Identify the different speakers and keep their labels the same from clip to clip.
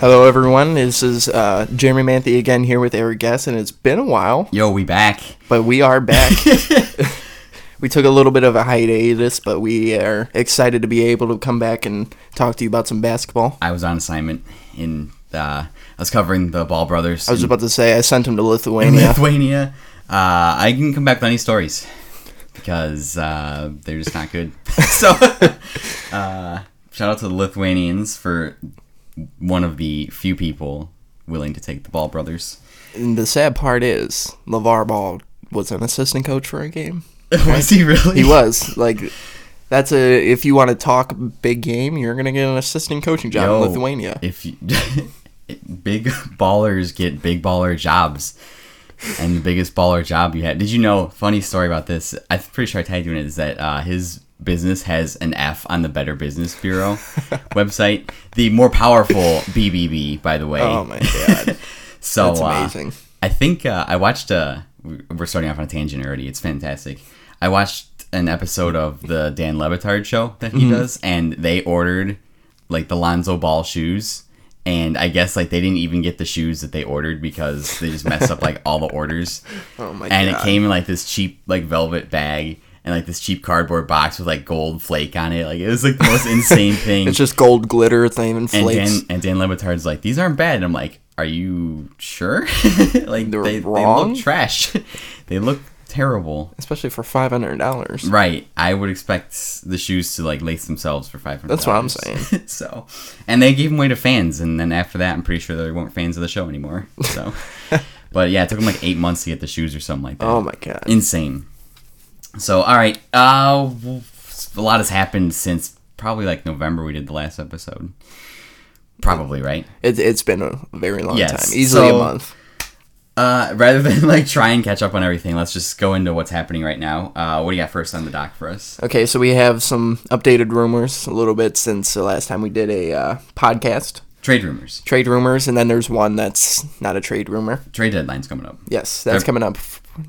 Speaker 1: Hello, everyone. This is uh, Jeremy Manthe again here with Eric Guest, and it's been a while,
Speaker 2: Yo, we back.
Speaker 1: but we are back. we took a little bit of a hiatus, but we are excited to be able to come back and talk to you about some basketball.
Speaker 2: I was on assignment in uh, I was covering the Ball Brothers
Speaker 1: I was
Speaker 2: in
Speaker 1: about to say I sent him to Lithuania.
Speaker 2: Lithuania. Uh, I can come back with any stories because uh, they're just not good. so, uh, shout out to the Lithuanians for one of the few people willing to take the Ball Brothers.
Speaker 1: and the sad part is, LeVar Ball was an assistant coach for a game.
Speaker 2: was he really?
Speaker 1: He was like. That's a if you want to talk big game, you're gonna get an assistant coaching job
Speaker 2: Yo,
Speaker 1: in Lithuania.
Speaker 2: If you, big ballers get big baller jobs, and the biggest baller job you had. Did you know? Funny story about this. I'm pretty sure I tagged you in it. Is that uh, his business has an F on the Better Business Bureau website? The more powerful BBB, by the way.
Speaker 1: Oh my god,
Speaker 2: So
Speaker 1: that's
Speaker 2: uh,
Speaker 1: amazing.
Speaker 2: I think uh, I watched. Uh, we- we're starting off on a tangent already. It's fantastic. I watched an episode of the Dan Levitard show that
Speaker 1: Mm-hmm.
Speaker 2: he does, and they ordered like the Lonzo Ball shoes. And I guess like they didn't even get the shoes that they ordered because they just messed up like all the orders.
Speaker 1: Oh my
Speaker 2: and
Speaker 1: god.
Speaker 2: it came in like this cheap like velvet bag and like this cheap cardboard box with like gold flake on it. Like it was like the most insane thing.
Speaker 1: It's just gold glitter. It's not even
Speaker 2: Mm. and
Speaker 1: flakes.
Speaker 2: Dan and Dan Levitard's like, these aren't bad. And I'm like, are you sure? like
Speaker 1: They're
Speaker 2: they, they
Speaker 1: wrong?
Speaker 2: look trash. they look terrible.
Speaker 1: Especially for five hundred dollars.
Speaker 2: Right. I would expect the shoes to like lace themselves for five hundred.
Speaker 1: That's what I'm
Speaker 2: so, and they gave them away to fans, and then after that, I'm pretty sure they weren't fans of the show anymore. So, but yeah, it took them like eight months to get the shoes or something like that.
Speaker 1: Oh my god.
Speaker 2: Insane. So, all right. Uh, w- a lot has happened since probably like November we did the last episode. Probably right.
Speaker 1: It, it's been a very long
Speaker 2: Yes,
Speaker 1: time. Easily a
Speaker 2: so-
Speaker 1: month.
Speaker 2: Uh, rather than like try and catch up on everything, let's just go into what's happening right now. Uh, what do you got first on the dock for us?
Speaker 1: Okay, so we have some updated rumors a little bit since the last time we did a uh, podcast.
Speaker 2: Trade rumors.
Speaker 1: Trade rumors, and then there's one that's not a trade rumor.
Speaker 2: Trade deadline's coming up.
Speaker 1: Yes, that's
Speaker 2: Feb-
Speaker 1: coming up.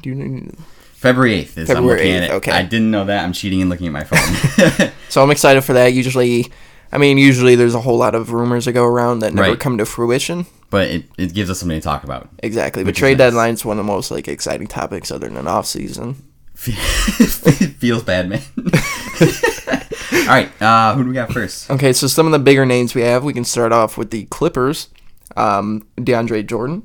Speaker 1: Do you-
Speaker 2: February eighth is I'm
Speaker 1: February
Speaker 2: looking at
Speaker 1: 8th,
Speaker 2: it.
Speaker 1: okay.
Speaker 2: I didn't know that. I'm cheating and looking at my phone.
Speaker 1: So I'm excited for that. Usually, I mean, usually there's a whole lot of rumors that go around that never
Speaker 2: Right.
Speaker 1: come to fruition.
Speaker 2: but it, it gives us something to talk about.
Speaker 1: Exactly, but
Speaker 2: Which is
Speaker 1: trade
Speaker 2: nice.
Speaker 1: deadline's one of the most like exciting topics other than off season.
Speaker 2: it feels bad, man. All right. Uh, who do we got first?
Speaker 1: Okay, so some of the bigger names we have, we can start off with the Clippers. Um, DeAndre Jordan,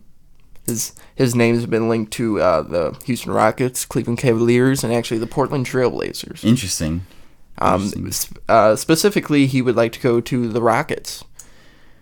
Speaker 1: his his name has been linked to uh, the Houston Rockets, Cleveland Cavaliers, and actually the Portland Trailblazers.
Speaker 2: Interesting.
Speaker 1: Um, sp- uh, specifically, he would like to go to the Rockets,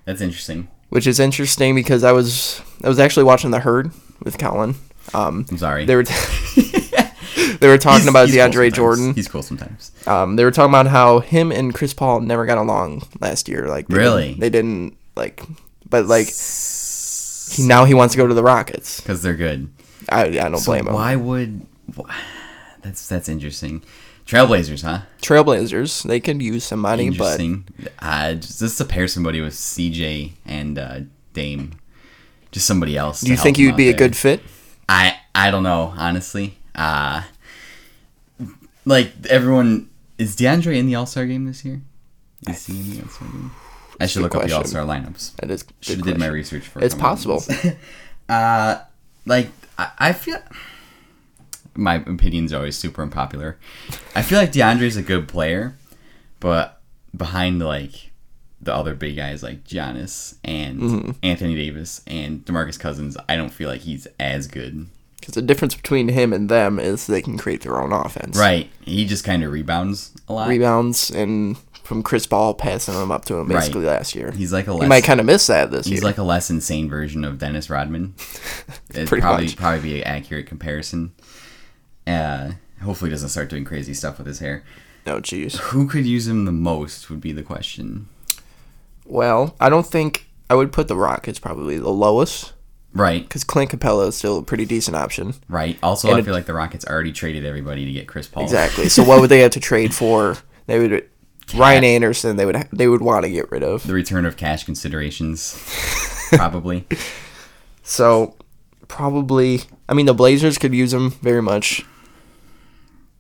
Speaker 2: That's interesting.
Speaker 1: which is interesting because I was I was actually watching the Herd with Colin. Um,
Speaker 2: I'm sorry.
Speaker 1: they were they were talking
Speaker 2: He's-
Speaker 1: about
Speaker 2: he's cool
Speaker 1: DeAndre
Speaker 2: sometimes.
Speaker 1: Jordan.
Speaker 2: He's cool sometimes.
Speaker 1: Um, they were talking about how him and Chris Paul never got along last year. Like they
Speaker 2: Really?
Speaker 1: didn't- they didn't like, but like he, now he wants to go to the Rockets.
Speaker 2: Because they're good.
Speaker 1: I, I don't blame him.
Speaker 2: Why would? wh- That's that's interesting. Trailblazers, huh?
Speaker 1: Trailblazers, they could use some money, but
Speaker 2: Interesting. Uh, just, just to pair somebody with CJ and uh, Dame, just somebody else.
Speaker 1: do you think you'd be a good fit?
Speaker 2: I I don't know honestly. Uh, like everyone is DeAndre in the All Star game this year? Is he in the All Star game? I should look up the
Speaker 1: question.
Speaker 2: All Star lineups.
Speaker 1: That is a good
Speaker 2: Should have did my
Speaker 1: question.
Speaker 2: research for.
Speaker 1: It's
Speaker 2: coming on
Speaker 1: possible.
Speaker 2: this. uh, like I, I feel my opinions are always super unpopular. I feel like DeAndre's a good player, but behind like the other big guys like Giannis and
Speaker 1: Mm-hmm.
Speaker 2: Anthony Davis and DeMarcus Cousins, I don't feel like he's as good.
Speaker 1: Because the difference between him and them is they can create their own offense.
Speaker 2: Right. He just kind of rebounds a lot.
Speaker 1: Rebounds and from Chris Paul passing them up to him basically last year.
Speaker 2: He's like a
Speaker 1: he might
Speaker 2: less
Speaker 1: kind of miss that this
Speaker 2: he's
Speaker 1: year.
Speaker 2: like a less insane version of Dennis Rodman. It'd
Speaker 1: Pretty
Speaker 2: probably
Speaker 1: much.
Speaker 2: probably be an accurate comparison. Uh hopefully he doesn't start doing crazy stuff with his hair.
Speaker 1: no, jeez.
Speaker 2: Who could use him the most would be the question.
Speaker 1: Well, I don't think I would put the Rockets probably the lowest
Speaker 2: Right,
Speaker 1: because Clint Capella is still a pretty decent option.
Speaker 2: right. Also
Speaker 1: And
Speaker 2: I
Speaker 1: it-
Speaker 2: feel like the Rockets already traded everybody to get Chris Paul.
Speaker 1: Exactly. So what would they have to trade for? They would Ryan Anderson. They would ha- they would want to get rid of.
Speaker 2: The return of cash considerations. probably.
Speaker 1: So probably I mean the Blazers could use him very much,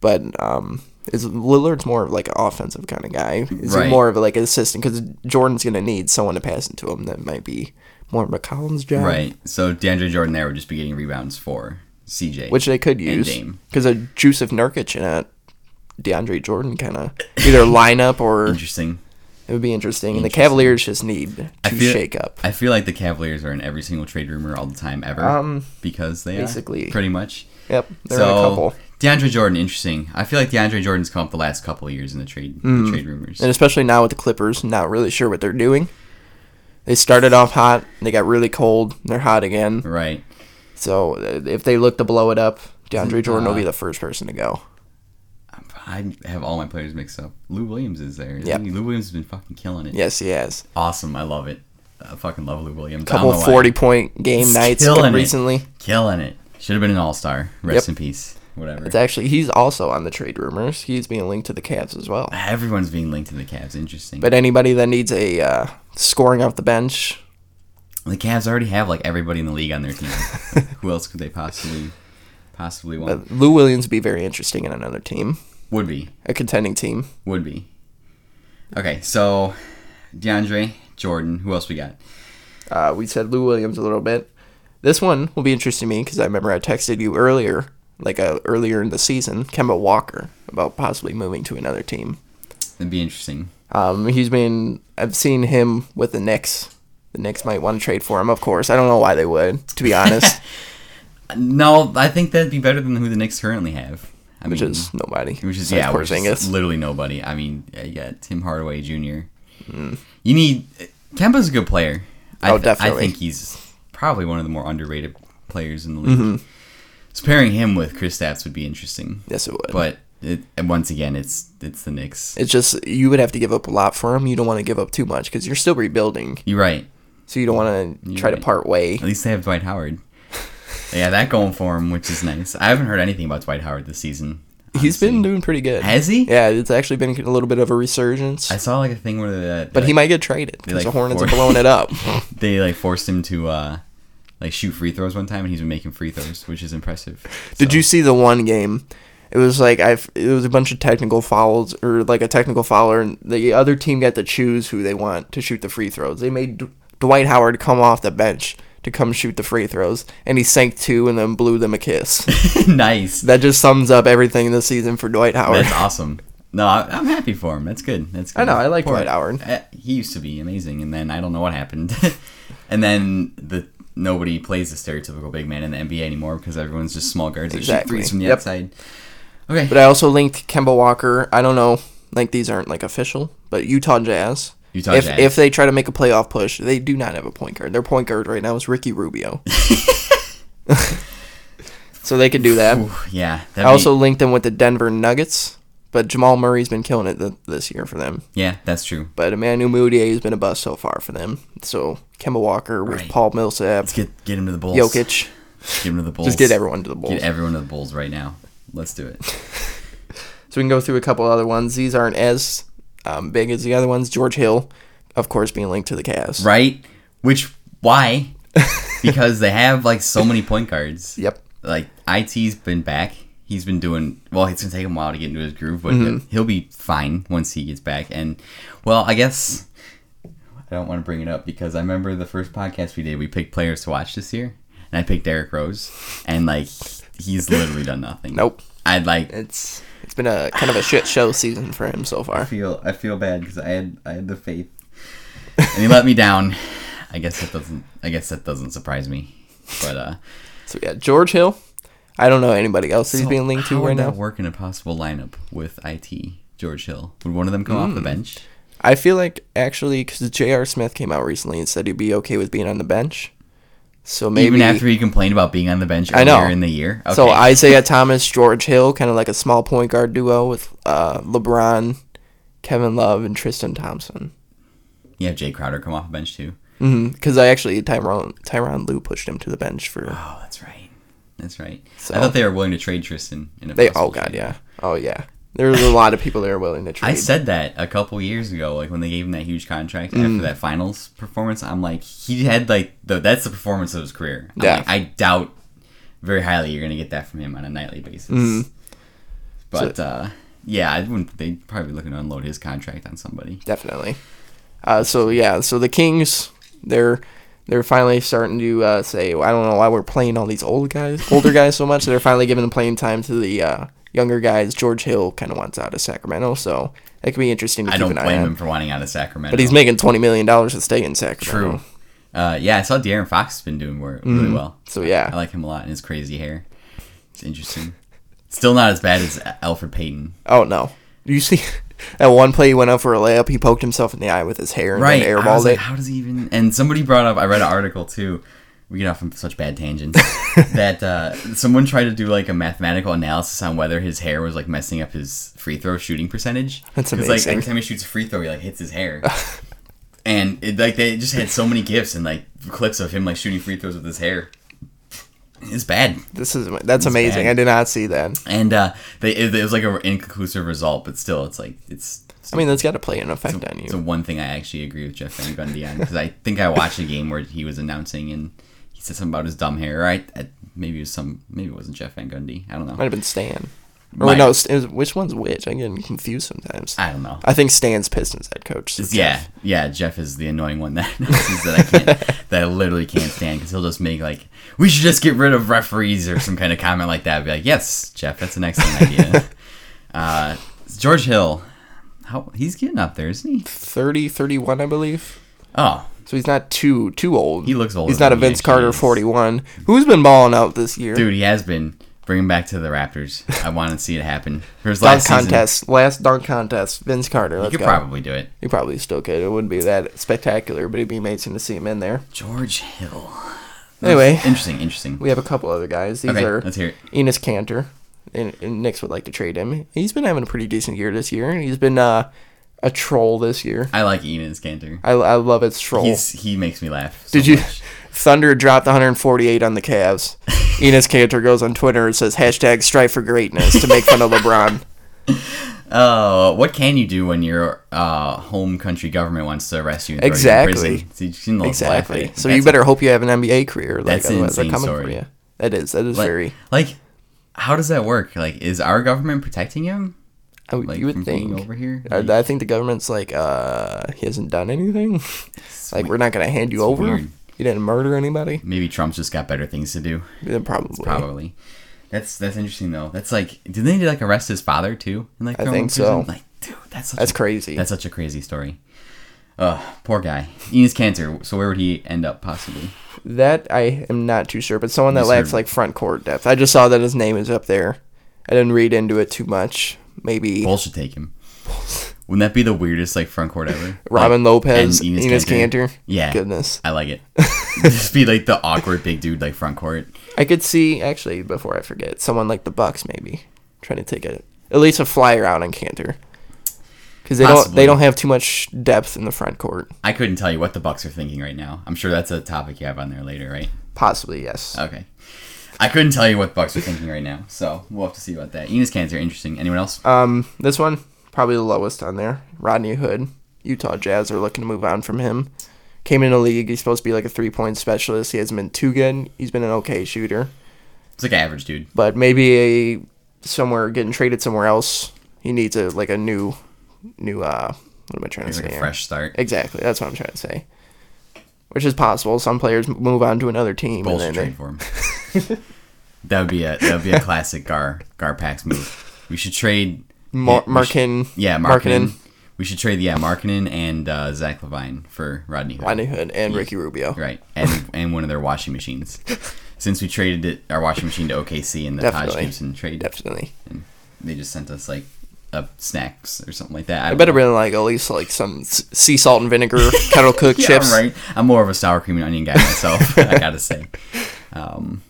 Speaker 1: but um is Lillard's more of like an offensive kind of guy. Is
Speaker 2: Right.
Speaker 1: he more of like an assistant because Jordan's gonna need someone to pass it to him that might be more McCollum's job,
Speaker 2: Right. So DeAndre Jordan there would just be getting rebounds for CJ.
Speaker 1: Which they could
Speaker 2: And
Speaker 1: use
Speaker 2: Dame.
Speaker 1: because a Joseph Nurkic and a DeAndre Jordan kind of either line up or
Speaker 2: interesting.
Speaker 1: it would be interesting. And the Cavaliers just need to shake up.
Speaker 2: I feel like the Cavaliers are in every single trade rumor all the time ever
Speaker 1: Um,
Speaker 2: because they
Speaker 1: basically.
Speaker 2: are pretty much.
Speaker 1: Yep, they're in
Speaker 2: so
Speaker 1: a couple,
Speaker 2: DeAndre Jordan, interesting. I feel like DeAndre Jordan's come up the last couple of years in the trade the trade rumors.
Speaker 1: Mm. and especially now with the Clippers, not really sure what they're doing. They started off hot, they got really cold, and they're hot again.
Speaker 2: Right.
Speaker 1: So uh, if they look to blow it up, DeAndre Jordan will be the first person to go.
Speaker 2: I have all my players mixed up. Lou Williams is there. isn't
Speaker 1: Yep.
Speaker 2: he? Lou Williams has been fucking killing it.
Speaker 1: Yes, he has.
Speaker 2: Awesome. I love it. I fucking love Lou Williams. I don't
Speaker 1: Couple
Speaker 2: know why.
Speaker 1: forty point game
Speaker 2: He's
Speaker 1: nights
Speaker 2: killing it.
Speaker 1: recently.
Speaker 2: Killing it. Should have been an all star. Rest
Speaker 1: Yep.
Speaker 2: in peace. Whatever.
Speaker 1: It's actually he's also on the trade rumors. He's being linked to the Cavs as well.
Speaker 2: Everyone's being linked to the Cavs. Interesting.
Speaker 1: But anybody that needs a uh, scoring off the bench,
Speaker 2: the Cavs already have like everybody in the league on their team. Who else could they possibly possibly want?
Speaker 1: but uh, Lou Williams would be very interesting in another team,
Speaker 2: would be.
Speaker 1: a contending team.
Speaker 2: Would be. Okay, so DeAndre, Jordan, who else we got?
Speaker 1: Uh, we said Lou Williams a little bit. This one will be interesting to me because I remember I texted you earlier, like uh, earlier in the season, Kemba Walker about possibly moving to another team.
Speaker 2: That'd be interesting.
Speaker 1: Um, he's been. I've seen him with the Knicks. The Knicks might want to trade for him, of course. I don't know why they would, to be honest,
Speaker 2: No, I think that'd be better than who the Knicks currently have. I
Speaker 1: which
Speaker 2: mean,
Speaker 1: is nobody.
Speaker 2: which is
Speaker 1: Like
Speaker 2: yeah, which is
Speaker 1: Porzingis.
Speaker 2: literally nobody. I mean, yeah, you got Tim Hardaway Jr. You need Kemba's a good player. I
Speaker 1: Mm. Oh,
Speaker 2: th- I
Speaker 1: definitely.
Speaker 2: think he's probably one of the more underrated players in the league.
Speaker 1: Mm-hmm.
Speaker 2: So pairing him with Chris Stapps would be interesting.
Speaker 1: Yes, it would.
Speaker 2: But it, and once again, it's it's the Knicks.
Speaker 1: it's just you would have to give up a lot for him. You don't want to give up too much because you're still rebuilding,
Speaker 2: You're right.
Speaker 1: so you don't want to try to
Speaker 2: right.
Speaker 1: part way.
Speaker 2: At least they have Dwight Howard. yeah, that going for him, which is nice. I haven't heard anything about Dwight Howard this season.
Speaker 1: He's
Speaker 2: honestly.
Speaker 1: been doing pretty good.
Speaker 2: has he?
Speaker 1: Yeah, it's actually been a little bit of a resurgence,
Speaker 2: I saw like a thing where the,
Speaker 1: but he might get traded because
Speaker 2: like
Speaker 1: the Hornets
Speaker 2: four-
Speaker 1: are blowing it up.
Speaker 2: they like forced him to uh like shoot free throws one time and he's been making free throws which is impressive
Speaker 1: Did you see the one game? It was like I. It was a bunch of technical fouls, or like a technical foul, and the other team got to choose who they want to shoot the free throws. They made D- Dwight Howard come off the bench to come shoot the free throws, and he sank two and then blew them a kiss.
Speaker 2: nice
Speaker 1: that just sums up everything this season for Dwight Howard.
Speaker 2: that's awesome no I, i'm happy for him that's good that's good
Speaker 1: I know, I like Dwight Howard.
Speaker 2: uh, he used to be amazing and then i don't know what happened and then the nobody plays the stereotypical big man in the nba anymore because everyone's just small guards that shoot
Speaker 1: Exactly.
Speaker 2: threes from the
Speaker 1: Yep.
Speaker 2: outside okay
Speaker 1: But I also linked Kemba Walker. I don't know, like these aren't like official, but Utah Jazz.
Speaker 2: Utah
Speaker 1: if
Speaker 2: Jazz.
Speaker 1: if they try to make a playoff push, they do not have a point guard. Their point guard right now is Ricky Rubio. so they could do that.
Speaker 2: Ooh, yeah that'd
Speaker 1: I also linked them with the Denver Nuggets, but Jamal Murray's been killing it th- this year for them.
Speaker 2: yeah that's true
Speaker 1: But Emmanuel Mudiay has been a bust so far for them. So Kemba Walker with
Speaker 2: Right.
Speaker 1: Paul Millsap,
Speaker 2: let's get get him to the bulls
Speaker 1: Jokic,
Speaker 2: get him to the bulls
Speaker 1: just get everyone to the Bulls.
Speaker 2: get everyone to the bulls right now let's do it
Speaker 1: So we can go through a couple other ones. These aren't as um, big as the other ones. George Hill, of course, being linked to the Cavs.
Speaker 2: right? Which why? because they have like so many point guards.
Speaker 1: Yep.
Speaker 2: Like IT's been back. He's been doing well. It's gonna take him a while to get into his groove, but
Speaker 1: Mm-hmm.
Speaker 2: he'll be fine once he gets back. And well, I guess I don't want to bring it up because I remember the first podcast we did. We picked players to watch this year, and I picked Derrick Rose, and like he's literally done nothing.
Speaker 1: Nope.
Speaker 2: I'd like
Speaker 1: It's it's been a kind of a shit show season for him so far.
Speaker 2: feel I feel bad because I had I had the faith, and he let me down. I guess that doesn't I guess that doesn't surprise me. But uh,
Speaker 1: So yeah, George Hill. I don't know anybody else that he's being linked
Speaker 2: how
Speaker 1: to
Speaker 2: would
Speaker 1: right now.
Speaker 2: that work in a possible lineup with it George Hill? Would one of them come off the
Speaker 1: Hmm.
Speaker 2: bench?
Speaker 1: I feel like actually because J.R. Smith came out recently and said he'd be okay with being on the bench. So maybe
Speaker 2: Even after he complained about being on the bench
Speaker 1: I know.
Speaker 2: earlier in the year. Okay.
Speaker 1: So Isaiah Thomas, George Hill, kind of like a small point guard duo with uh, LeBron, Kevin Love, and Tristan Thompson.
Speaker 2: you have Jay Crowder come off the bench too.
Speaker 1: Because Mm-hmm. I actually Tyron Tyron Lou pushed him to the bench for
Speaker 2: Oh, that's right. That's right.
Speaker 1: So-
Speaker 2: I thought they were willing to trade Tristan. In a
Speaker 1: they.
Speaker 2: possible
Speaker 1: Oh god,
Speaker 2: trade.
Speaker 1: yeah. Oh yeah. There's a lot of people that are willing to trade.
Speaker 2: I said that a couple years ago, like when they gave him that huge contract
Speaker 1: Mm.
Speaker 2: after that finals performance. I'm like, he had like the, that's the performance of his career. I'm
Speaker 1: Yeah.
Speaker 2: like, I
Speaker 1: Mm-hmm.
Speaker 2: doubt very highly you're gonna get that from him on a nightly basis. But uh, yeah, I wouldn't. They'd probably be looking to unload his contract on somebody.
Speaker 1: definitely. Uh, so yeah, so the Kings, they're they're finally starting to uh, say, I don't know why we're playing all these old guys, older guys so much. They're finally giving playing time to the uh, younger guys. George Hill kind of wants out of Sacramento, so that could be interesting to
Speaker 2: I
Speaker 1: keep
Speaker 2: don't
Speaker 1: an eye
Speaker 2: blame
Speaker 1: on.
Speaker 2: him for wanting out of Sacramento.
Speaker 1: But he's Oh. making twenty million dollars to stay in Sacramento.
Speaker 2: true. Uh, yeah, I saw De'Aaron Fox has been doing wor-
Speaker 1: Mm-hmm.
Speaker 2: really well.
Speaker 1: So yeah,
Speaker 2: I like him a lot and his crazy hair. It's interesting. Still not as bad as Alfred Payton.
Speaker 1: Oh no! You see, at one play he went out for a layup. He poked himself in the eye with his hair and
Speaker 2: Right.
Speaker 1: then
Speaker 2: I was
Speaker 1: airballed
Speaker 2: like,
Speaker 1: it.
Speaker 2: how does he even? And somebody brought up. I read an article too. We get off on such bad tangents that uh, someone tried to do like a mathematical analysis on whether his hair was like messing up his free throw shooting percentage.
Speaker 1: That's
Speaker 2: 'Cause,
Speaker 1: amazing.
Speaker 2: Like every time he shoots a free throw, he like hits his hair. and it, like they just had so many gifs and like clips of him like shooting free throws with his hair. It's bad.
Speaker 1: This is that's amazing.
Speaker 2: bad.
Speaker 1: I did not see that.
Speaker 2: and uh, they it, it was like an inconclusive result, but still, it's like it's.
Speaker 1: I mean, that's got to play an effect on
Speaker 2: It's
Speaker 1: you.
Speaker 2: the one thing I actually agree with Jeff Van Gundy on because I think I watched a game where he was announcing and he said something about his dumb hair. Right? I, maybe it was some. Maybe it wasn't Jeff Van Gundy. I don't know.
Speaker 1: Might have been Stan. Or wait,
Speaker 2: Might-
Speaker 1: no, it was, which one's which? I get confused sometimes. I,
Speaker 2: I don't know.
Speaker 1: think Stan's Pistons head coach. so
Speaker 2: yeah, yeah. Jeff is the annoying one that announces that I can't, that I literally can't stand because he'll just make like, we should just get rid of referees or some kind of comment like that. I'd be like, yes, Jeff, that's an excellent idea. uh, George Hill, how he's getting up there, isn't he?
Speaker 1: 30, 31, I believe.
Speaker 2: Oh,
Speaker 1: So he's not too too old.
Speaker 2: He looks older
Speaker 1: He's not a
Speaker 2: than he
Speaker 1: Vince
Speaker 2: actually
Speaker 1: Carter
Speaker 2: is.
Speaker 1: forty one. Who's been balling out this year?
Speaker 2: dude, he has been. Bring him back to the Raptors. I want to see it happen. For his
Speaker 1: dunk
Speaker 2: last season,
Speaker 1: contest, last dunk contest. Vince Carter.
Speaker 2: he
Speaker 1: Let's
Speaker 2: could
Speaker 1: go.
Speaker 2: probably do it.
Speaker 1: he probably still could. It wouldn't be that spectacular, but it'd be amazing to see him in there.
Speaker 2: George Hill.
Speaker 1: Anyway.
Speaker 2: interesting, interesting.
Speaker 1: We have a couple other guys. These
Speaker 2: Okay,
Speaker 1: are
Speaker 2: let's hear it.
Speaker 1: Enos Cantor, and, and Knicks would like to trade him. He's been having a pretty decent year this year. He's been uh, a troll this year.
Speaker 2: I like Enos Cantor.
Speaker 1: I, I love his troll.
Speaker 2: He's he makes me laugh. so
Speaker 1: Oh. Did you?
Speaker 2: much.
Speaker 1: Thunder dropped 148 on the Cavs. Enos Cantor goes on Twitter and says hashtag strive for greatness to make fun of LeBron.
Speaker 2: Oh, what can you do when your uh, home country government wants to arrest you? And throw
Speaker 1: Exactly.
Speaker 2: You in prison? So you shouldn't let them laugh at
Speaker 1: Exactly.
Speaker 2: it.
Speaker 1: So
Speaker 2: That's
Speaker 1: you better hope you have an NBA career. Like,
Speaker 2: That's an
Speaker 1: otherwise they're
Speaker 2: insane
Speaker 1: coming for
Speaker 2: story.
Speaker 1: you. That is. That is
Speaker 2: like,
Speaker 1: very.
Speaker 2: like. How does that work? Like, is our government protecting him?
Speaker 1: I would-
Speaker 2: Like,
Speaker 1: you
Speaker 2: from
Speaker 1: would
Speaker 2: being
Speaker 1: think.
Speaker 2: over here?
Speaker 1: I, I think the government's like, uh, he hasn't done anything. like, we're not gonna hand you over.
Speaker 2: weird.
Speaker 1: You didn't murder anybody.
Speaker 2: Maybe Trump's just got better things to do.
Speaker 1: Yeah, probably.
Speaker 2: Probably. That's that's interesting though. That's like, did they like arrest his father too? And like,
Speaker 1: I
Speaker 2: throw him in
Speaker 1: think so.
Speaker 2: prison? Like, dude, that's such
Speaker 1: That's
Speaker 2: a,
Speaker 1: crazy.
Speaker 2: That's such a crazy story. Ugh, poor guy. Enos Cantor. So where would he end up possibly?
Speaker 1: that I am not too sure, but someone that
Speaker 2: Just
Speaker 1: lacks
Speaker 2: heard-
Speaker 1: like front court depth. I just saw that his name is up there. I didn't read into it too much. Maybe
Speaker 2: Bulls should take him. Wouldn't that be the weirdest like front court ever?
Speaker 1: Robin
Speaker 2: Like,
Speaker 1: Lopez,
Speaker 2: and Enes
Speaker 1: Enos, Cantor.
Speaker 2: Yeah,
Speaker 1: Goodness.
Speaker 2: I like it. Just be like the awkward big dude like front court.
Speaker 1: I could see actually before I forget someone like the Bucks maybe trying to take a at least a flyer out on Cantor because they don't
Speaker 2: Possibly.
Speaker 1: they don't have too much depth in the front court.
Speaker 2: I couldn't tell you what the Bucks are thinking right now. I'm sure that's a topic you have on there later, right?
Speaker 1: Possibly yes.
Speaker 2: Okay. I couldn't tell you what Bucks are thinking right now, so we'll have to see about that. Enos Cantor, interesting. Anyone else?
Speaker 1: Um, this one probably the lowest on there. Rodney Hood, Utah Jazz are looking to move on from him. Came in the league. He's supposed to be like a three point specialist. He hasn't been too good. He's been an okay shooter,
Speaker 2: It's like average dude.
Speaker 1: but maybe a, somewhere getting traded somewhere else. He needs a like a new, new uh, what am I trying to
Speaker 2: It's
Speaker 1: say?
Speaker 2: like a
Speaker 1: here?
Speaker 2: fresh start.
Speaker 1: Exactly. That's what I'm trying to say. Which is possible. Some players m- move on to another team.
Speaker 2: Bulls
Speaker 1: and
Speaker 2: should
Speaker 1: then
Speaker 2: trade for him. that would be a that would be a classic Gar Gar Pax move. We should trade we
Speaker 1: Mar-
Speaker 2: should-
Speaker 1: Markin.
Speaker 2: yeah
Speaker 1: Markin.
Speaker 2: Markkinen. We should trade yeah Markkinen and uh, Zach Levine for Rodney Hood.
Speaker 1: Rodney Hood and Ricky Rubio.
Speaker 2: Right, and and one of their washing machines. Since we traded it, our washing machine to OKC in the Taj
Speaker 1: Definitely.
Speaker 2: Gibson trade,
Speaker 1: Definitely.
Speaker 2: and they just sent us like uh, snacks or something like that. I,
Speaker 1: I
Speaker 2: don't
Speaker 1: bet
Speaker 2: know.
Speaker 1: have been like at least like some s- sea salt and vinegar kettle cooked
Speaker 2: Yeah,
Speaker 1: chips.
Speaker 2: right. I'm more of a sour cream and onion guy myself. I gotta say. Um,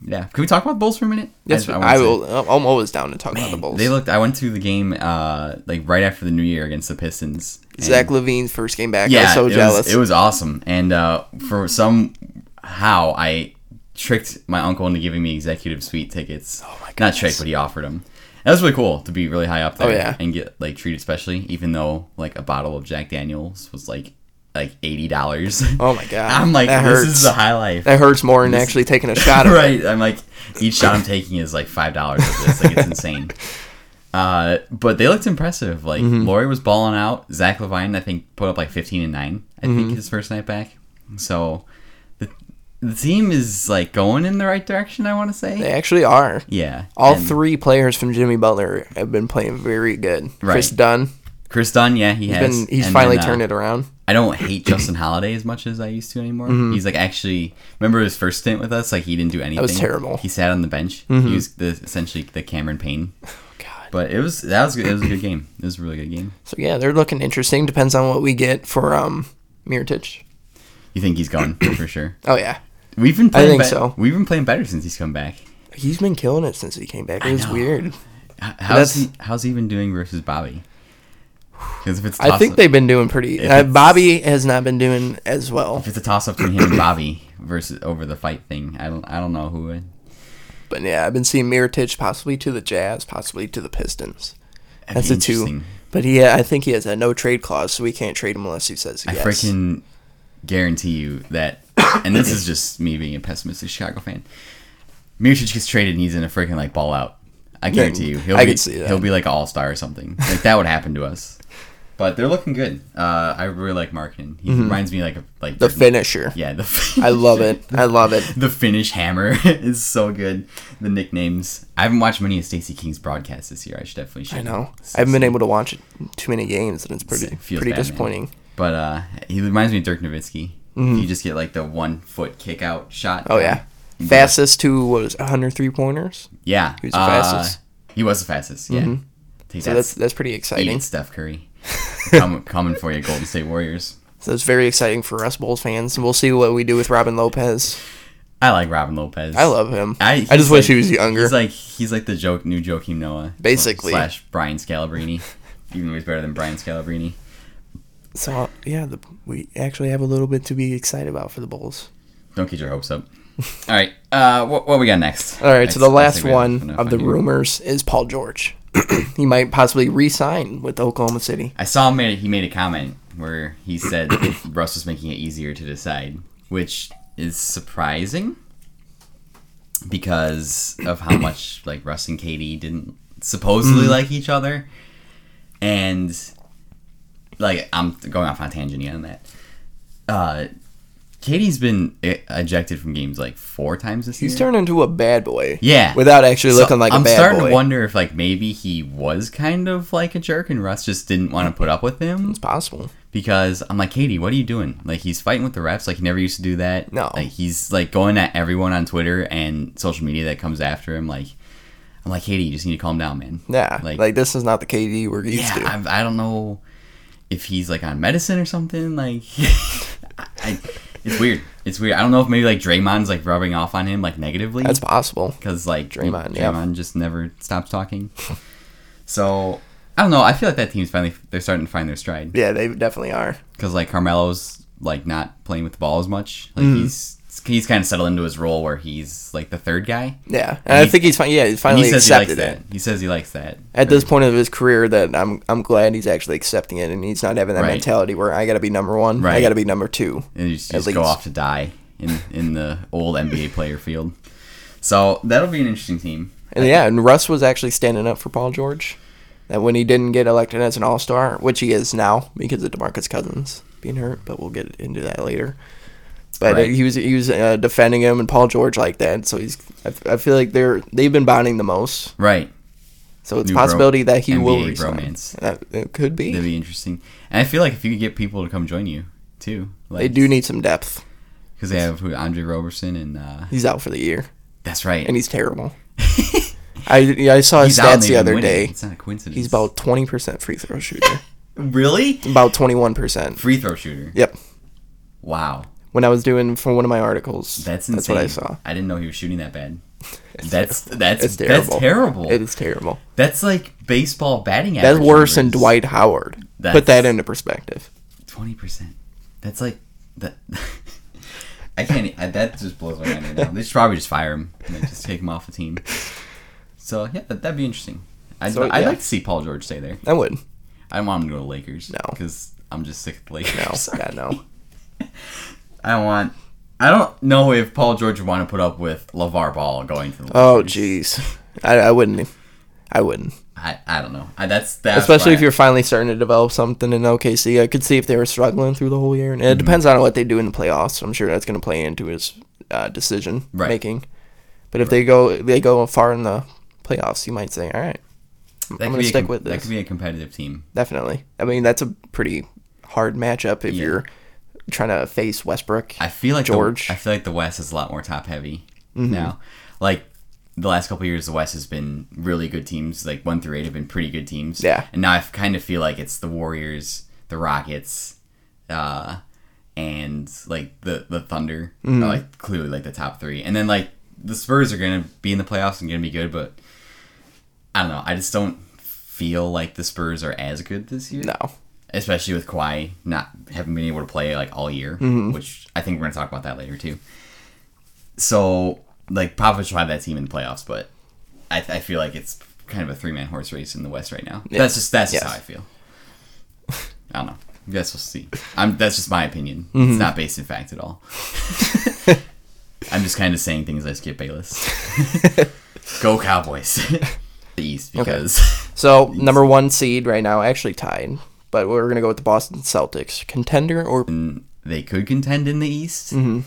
Speaker 2: yeah. Can we talk about Bulls for a minute?
Speaker 1: Yes,
Speaker 2: I- I
Speaker 1: I,
Speaker 2: wanna say-
Speaker 1: will. I'm always down to talk about the Bulls.
Speaker 2: They looked. I went to the game uh, like right after the New Year against the Pistons. and-
Speaker 1: Zach Levine's first game back. I
Speaker 2: yeah,
Speaker 1: was so
Speaker 2: it
Speaker 1: jealous.
Speaker 2: Was, it was awesome, and uh, for some how I tricked my uncle into giving me executive suite tickets. Oh
Speaker 1: my
Speaker 2: Not
Speaker 1: goodness. Oh,
Speaker 2: tricked, but he offered them. That was really cool to be really high up there
Speaker 1: yeah.
Speaker 2: and get like treated specially, even though like a bottle of Jack Daniels was like like eighty dollars.
Speaker 1: Oh my God,
Speaker 2: I'm like,
Speaker 1: that
Speaker 2: this
Speaker 1: hurts.
Speaker 2: is the high life.
Speaker 1: that hurts more than actually taking a shot. At it.
Speaker 2: right. I'm like, each shot I'm taking is like five dollars of this. Like it's insane. Uh, but they looked impressive. Like
Speaker 1: Mm-hmm.
Speaker 2: Laurie was balling out. Zach Levine, I think, put up like 15 and nine. I
Speaker 1: Mm-hmm.
Speaker 2: think his first night back. So the the team is like going in the right direction. I want to say.
Speaker 1: They actually are.
Speaker 2: Yeah.
Speaker 1: All
Speaker 2: and
Speaker 1: three players from Jimmy Butler have been playing very good. Chris
Speaker 2: Right.
Speaker 1: Dunn,
Speaker 2: Chris Dunn, yeah, he has.
Speaker 1: been, he's
Speaker 2: And
Speaker 1: finally
Speaker 2: then, uh,
Speaker 1: turned it around.
Speaker 2: I don't hate Justin Holiday as much as I used to anymore.
Speaker 1: Mm-hmm.
Speaker 2: He's like actually remember his first stint with us? Like he didn't do anything.
Speaker 1: was terrible. Mm-hmm.
Speaker 2: He sat on the bench. He was the, essentially the Cameron Payne.
Speaker 1: Oh, God.
Speaker 2: But it was that was good. It was a good game. It was a really good game.
Speaker 1: So yeah, they're looking interesting. Depends on what we get for um Miritich.
Speaker 2: You think he's going for sure?
Speaker 1: Oh yeah,
Speaker 2: We've been playing
Speaker 1: think
Speaker 2: bet-
Speaker 1: so.
Speaker 2: We've been playing better since he's come back.
Speaker 1: he's been killing it since he came back. It was
Speaker 2: know.
Speaker 1: weird.
Speaker 2: H- How's
Speaker 1: That's-
Speaker 2: he, how's he been doing versus Bobby? 'Cause if it's
Speaker 1: I think
Speaker 2: toss-up-
Speaker 1: they've been doing pretty.
Speaker 2: If
Speaker 1: Uh,
Speaker 2: it's-
Speaker 1: Bobby has not been doing as well,
Speaker 2: if it's a toss up between him and Bobby versus over the fight thing, I don't I don't know who. Would.
Speaker 1: but yeah, I've been seeing Miritich possibly to the Jazz, possibly to the Pistons.
Speaker 2: That'd
Speaker 1: That's
Speaker 2: be
Speaker 1: a two.
Speaker 2: interesting.
Speaker 1: But yeah, I think he has a no trade clause, so we can't trade him unless he says
Speaker 2: I
Speaker 1: yes.
Speaker 2: freaking guarantee you that, and this is just me being a pessimistic Chicago fan. Mirotic gets traded and he's in a freaking like ball out. I guarantee you, he'll
Speaker 1: I
Speaker 2: be
Speaker 1: could see that.
Speaker 2: he'll be like all star or something. Like that would happen to us. But they're looking good. Uh, I really like Markin. He reminds me like of like
Speaker 1: Mm-hmm. the finisher.
Speaker 2: Yeah, the
Speaker 1: I love it. I love it.
Speaker 2: The Finnish hammer is so good. The nicknames. I haven't watched many of Stacey King's broadcasts this year. I should definitely. Should.
Speaker 1: I know. I haven't been able to watch too many games, and it's pretty
Speaker 2: Feels
Speaker 1: pretty
Speaker 2: bad, man.
Speaker 1: disappointing. Mm-hmm.
Speaker 2: But uh, he reminds me of Dirk Nowitzki. You just get like the one foot kick out shot.
Speaker 1: Oh yeah,
Speaker 2: Yeah.
Speaker 1: fastest to what was 103 pointers.
Speaker 2: Yeah.
Speaker 1: He was the
Speaker 2: uh,
Speaker 1: fastest. Mm-hmm.
Speaker 2: He was the fastest. Yeah. Take
Speaker 1: So
Speaker 2: that,
Speaker 1: that's that's pretty
Speaker 2: eat it,
Speaker 1: exciting.
Speaker 2: Steph Curry. Come, coming for you, Golden State Warriors.
Speaker 1: So it's very exciting for us Bulls fans. We'll see what we do with Robin Lopez.
Speaker 2: I like Robin Lopez.
Speaker 1: I love him.
Speaker 2: I,
Speaker 1: I just
Speaker 2: he's
Speaker 1: wish he
Speaker 2: like-
Speaker 1: was younger.
Speaker 2: He's like he's like the joke new Joakim Noah,
Speaker 1: Basically.
Speaker 2: slash Brian Scalabrine. Even though he's better than Brian Scalabrine.
Speaker 1: so yeah, the, we actually have a little bit to be excited about for the Bulls.
Speaker 2: Don't get your hopes up. All right, uh, what what we got next?
Speaker 1: All right, so
Speaker 2: Next-
Speaker 1: the last
Speaker 2: next segment. I don't
Speaker 1: one
Speaker 2: know if
Speaker 1: of
Speaker 2: I
Speaker 1: the
Speaker 2: can-
Speaker 1: rumors is Paul George. he might possibly re-sign with Oklahoma City.
Speaker 2: I saw him made he made a comment where he said Russ was making it easier to decide, which is surprising because of how much like Russ and Katie didn't supposedly
Speaker 1: Mm.
Speaker 2: like each other, and like I'm going off on a tangent again on that. Uh, Katie's been e- ejected from games like four times this
Speaker 1: He's
Speaker 2: year.
Speaker 1: turned into a bad boy.
Speaker 2: Yeah.
Speaker 1: Without actually looking like a
Speaker 2: I'm
Speaker 1: bad
Speaker 2: starting
Speaker 1: boy.
Speaker 2: to wonder if like maybe he was kind of like a jerk and Russ just didn't want to put up with him
Speaker 1: It's possible.
Speaker 2: because I'm like, Katie, what are you doing? Like he's fighting with the refs. Like he never used to do that.
Speaker 1: No.
Speaker 2: Like he's like going at everyone on Twitter and social media that comes after him. Like I'm like, Katie, you just need to calm down, man.
Speaker 1: Yeah.
Speaker 2: Like-
Speaker 1: Like, this is not the KD we're used
Speaker 2: Yeah.
Speaker 1: to.
Speaker 2: I'm, I don't know if he's like on medicine or something. Like I, it's weird. It's weird. I don't know if maybe like Draymond's like rubbing off on him like negatively
Speaker 1: That's possible.
Speaker 2: because like Draymond,
Speaker 1: Draymond, yeah.
Speaker 2: just never stops talking. so I don't know. I feel like that team's finally they're starting to find their stride
Speaker 1: Yeah, they definitely are.
Speaker 2: because like Carmelo's like not playing with the ball as much.
Speaker 1: Mm.
Speaker 2: Like he's he's kind of settled into his role where he's like the third guy.
Speaker 1: Yeah, and I
Speaker 2: he-
Speaker 1: think he's fin- yeah he's
Speaker 2: And
Speaker 1: finally
Speaker 2: he says he likes
Speaker 1: accepted
Speaker 2: that.
Speaker 1: it
Speaker 2: He says he likes that.
Speaker 1: at this point of his career. That I'm I'm glad he's actually accepting it, and he's not having that
Speaker 2: Right.
Speaker 1: mentality where I got to be number one, I
Speaker 2: Right.
Speaker 1: got to be number two.
Speaker 2: and you just, you
Speaker 1: At
Speaker 2: just go
Speaker 1: least.
Speaker 2: off to die in in the old NBA player field. So that'll be an interesting team.
Speaker 1: And yeah, and Russ was actually standing up for Paul George. That when he didn't get elected as an All Star, which he is now because of Demarcus Cousins being hurt, but we'll get into that later. But uh,
Speaker 2: Right.
Speaker 1: he was he was uh, defending him and Paul George like that, so he's I, f- I feel like they're they've been bonding the most,
Speaker 2: Right.
Speaker 1: so it's a
Speaker 2: New bro-
Speaker 1: possibility that he will
Speaker 2: NBA
Speaker 1: resign.
Speaker 2: bromance.
Speaker 1: That, it could be.
Speaker 2: That'd be interesting. And I feel like if you could get people to come join you too, like
Speaker 1: They do need some depth.
Speaker 2: because they have who, Andre Roberson and uh,
Speaker 1: He's out for the year,
Speaker 2: that's right.
Speaker 1: and he's terrible. I yeah, I saw his
Speaker 2: out and
Speaker 1: stats
Speaker 2: they've
Speaker 1: the
Speaker 2: been
Speaker 1: other
Speaker 2: winning.
Speaker 1: day.
Speaker 2: It's not a coincidence.
Speaker 1: He's about twenty percent free throw shooter,
Speaker 2: really
Speaker 1: about twenty one percent.
Speaker 2: free throw shooter.
Speaker 1: Yep.
Speaker 2: Wow.
Speaker 1: When I was doing for one of my articles,
Speaker 2: That's insane.
Speaker 1: That's what I saw.
Speaker 2: I didn't know he was shooting that bad. That's that's
Speaker 1: It's
Speaker 2: that's
Speaker 1: terrible.
Speaker 2: terrible.
Speaker 1: It is terrible.
Speaker 2: that's like baseball batting Oh. average.
Speaker 1: That's worse than Dwight Howard.
Speaker 2: That's-
Speaker 1: Put that into perspective.
Speaker 2: Twenty percent. That's like that. I can't. e, I, that just blows my mind right now. They should probably just fire him. And then just take him off the team. So yeah, that, that'd be interesting. I'd,
Speaker 1: So,
Speaker 2: I'd
Speaker 1: yeah.
Speaker 2: like to see Paul George stay there.
Speaker 1: I would.
Speaker 2: I don't want him to go to Lakers.
Speaker 1: No.
Speaker 2: because I'm just sick of the Lakers.
Speaker 1: No, God no.
Speaker 2: I want. I don't know if Paul George would want to put up with LeVar Ball going to the.
Speaker 1: Oh jeez, I, I wouldn't. I wouldn't.
Speaker 2: I, I don't know. I, that's that's
Speaker 1: Especially
Speaker 2: why
Speaker 1: if you're finally starting to develop something in OKC. I could see if they were struggling through the whole year.
Speaker 2: Mm-hmm.
Speaker 1: And it depends on what they do in the playoffs. I'm sure that's going to play into his uh, decision
Speaker 2: Right.
Speaker 1: making. But if they go they go far in the playoffs, you might say, all right,
Speaker 2: that
Speaker 1: I'm
Speaker 2: could
Speaker 1: going
Speaker 2: be
Speaker 1: to
Speaker 2: a
Speaker 1: stick
Speaker 2: com-
Speaker 1: with
Speaker 2: That
Speaker 1: this.
Speaker 2: could be a competitive team.
Speaker 1: Definitely. I mean, that's a pretty hard matchup if
Speaker 2: Yeah.
Speaker 1: you're trying to face Westbrook.
Speaker 2: I feel like
Speaker 1: George. Mm-hmm.
Speaker 2: The, I feel like the West is a lot more top heavy now. Like the last couple of years, the West has been really good teams. Like one through eight have been pretty good teams.
Speaker 1: Yeah.
Speaker 2: And now I kind of feel like it's the Warriors, the Rockets, uh, and like the the Thunder.
Speaker 1: Mm-hmm.
Speaker 2: are, like clearly like the top three, and then like the Spurs are gonna be in the playoffs and gonna be good, but I don't know. I just don't feel like the Spurs are as good this year
Speaker 1: no.
Speaker 2: especially with Kawhi not having been able to play like all year, which I think we're gonna talk about that later too. So like Popovich will have that team in the playoffs, but I, I feel like it's kind of a three man horse race in the West right now. That's just that's just
Speaker 1: Yes.
Speaker 2: how I feel. I don't know. You guys will see. I'm that's just my opinion. It's not based in fact at all. I'm just kind of saying things like Skip Bayless. Go Cowboys. the East because
Speaker 1: So, number one seed right now, actually tied. But we're going to go with the Boston Celtics. Contender or.
Speaker 2: Mm, they could contend in the East.
Speaker 1: Mm-hmm.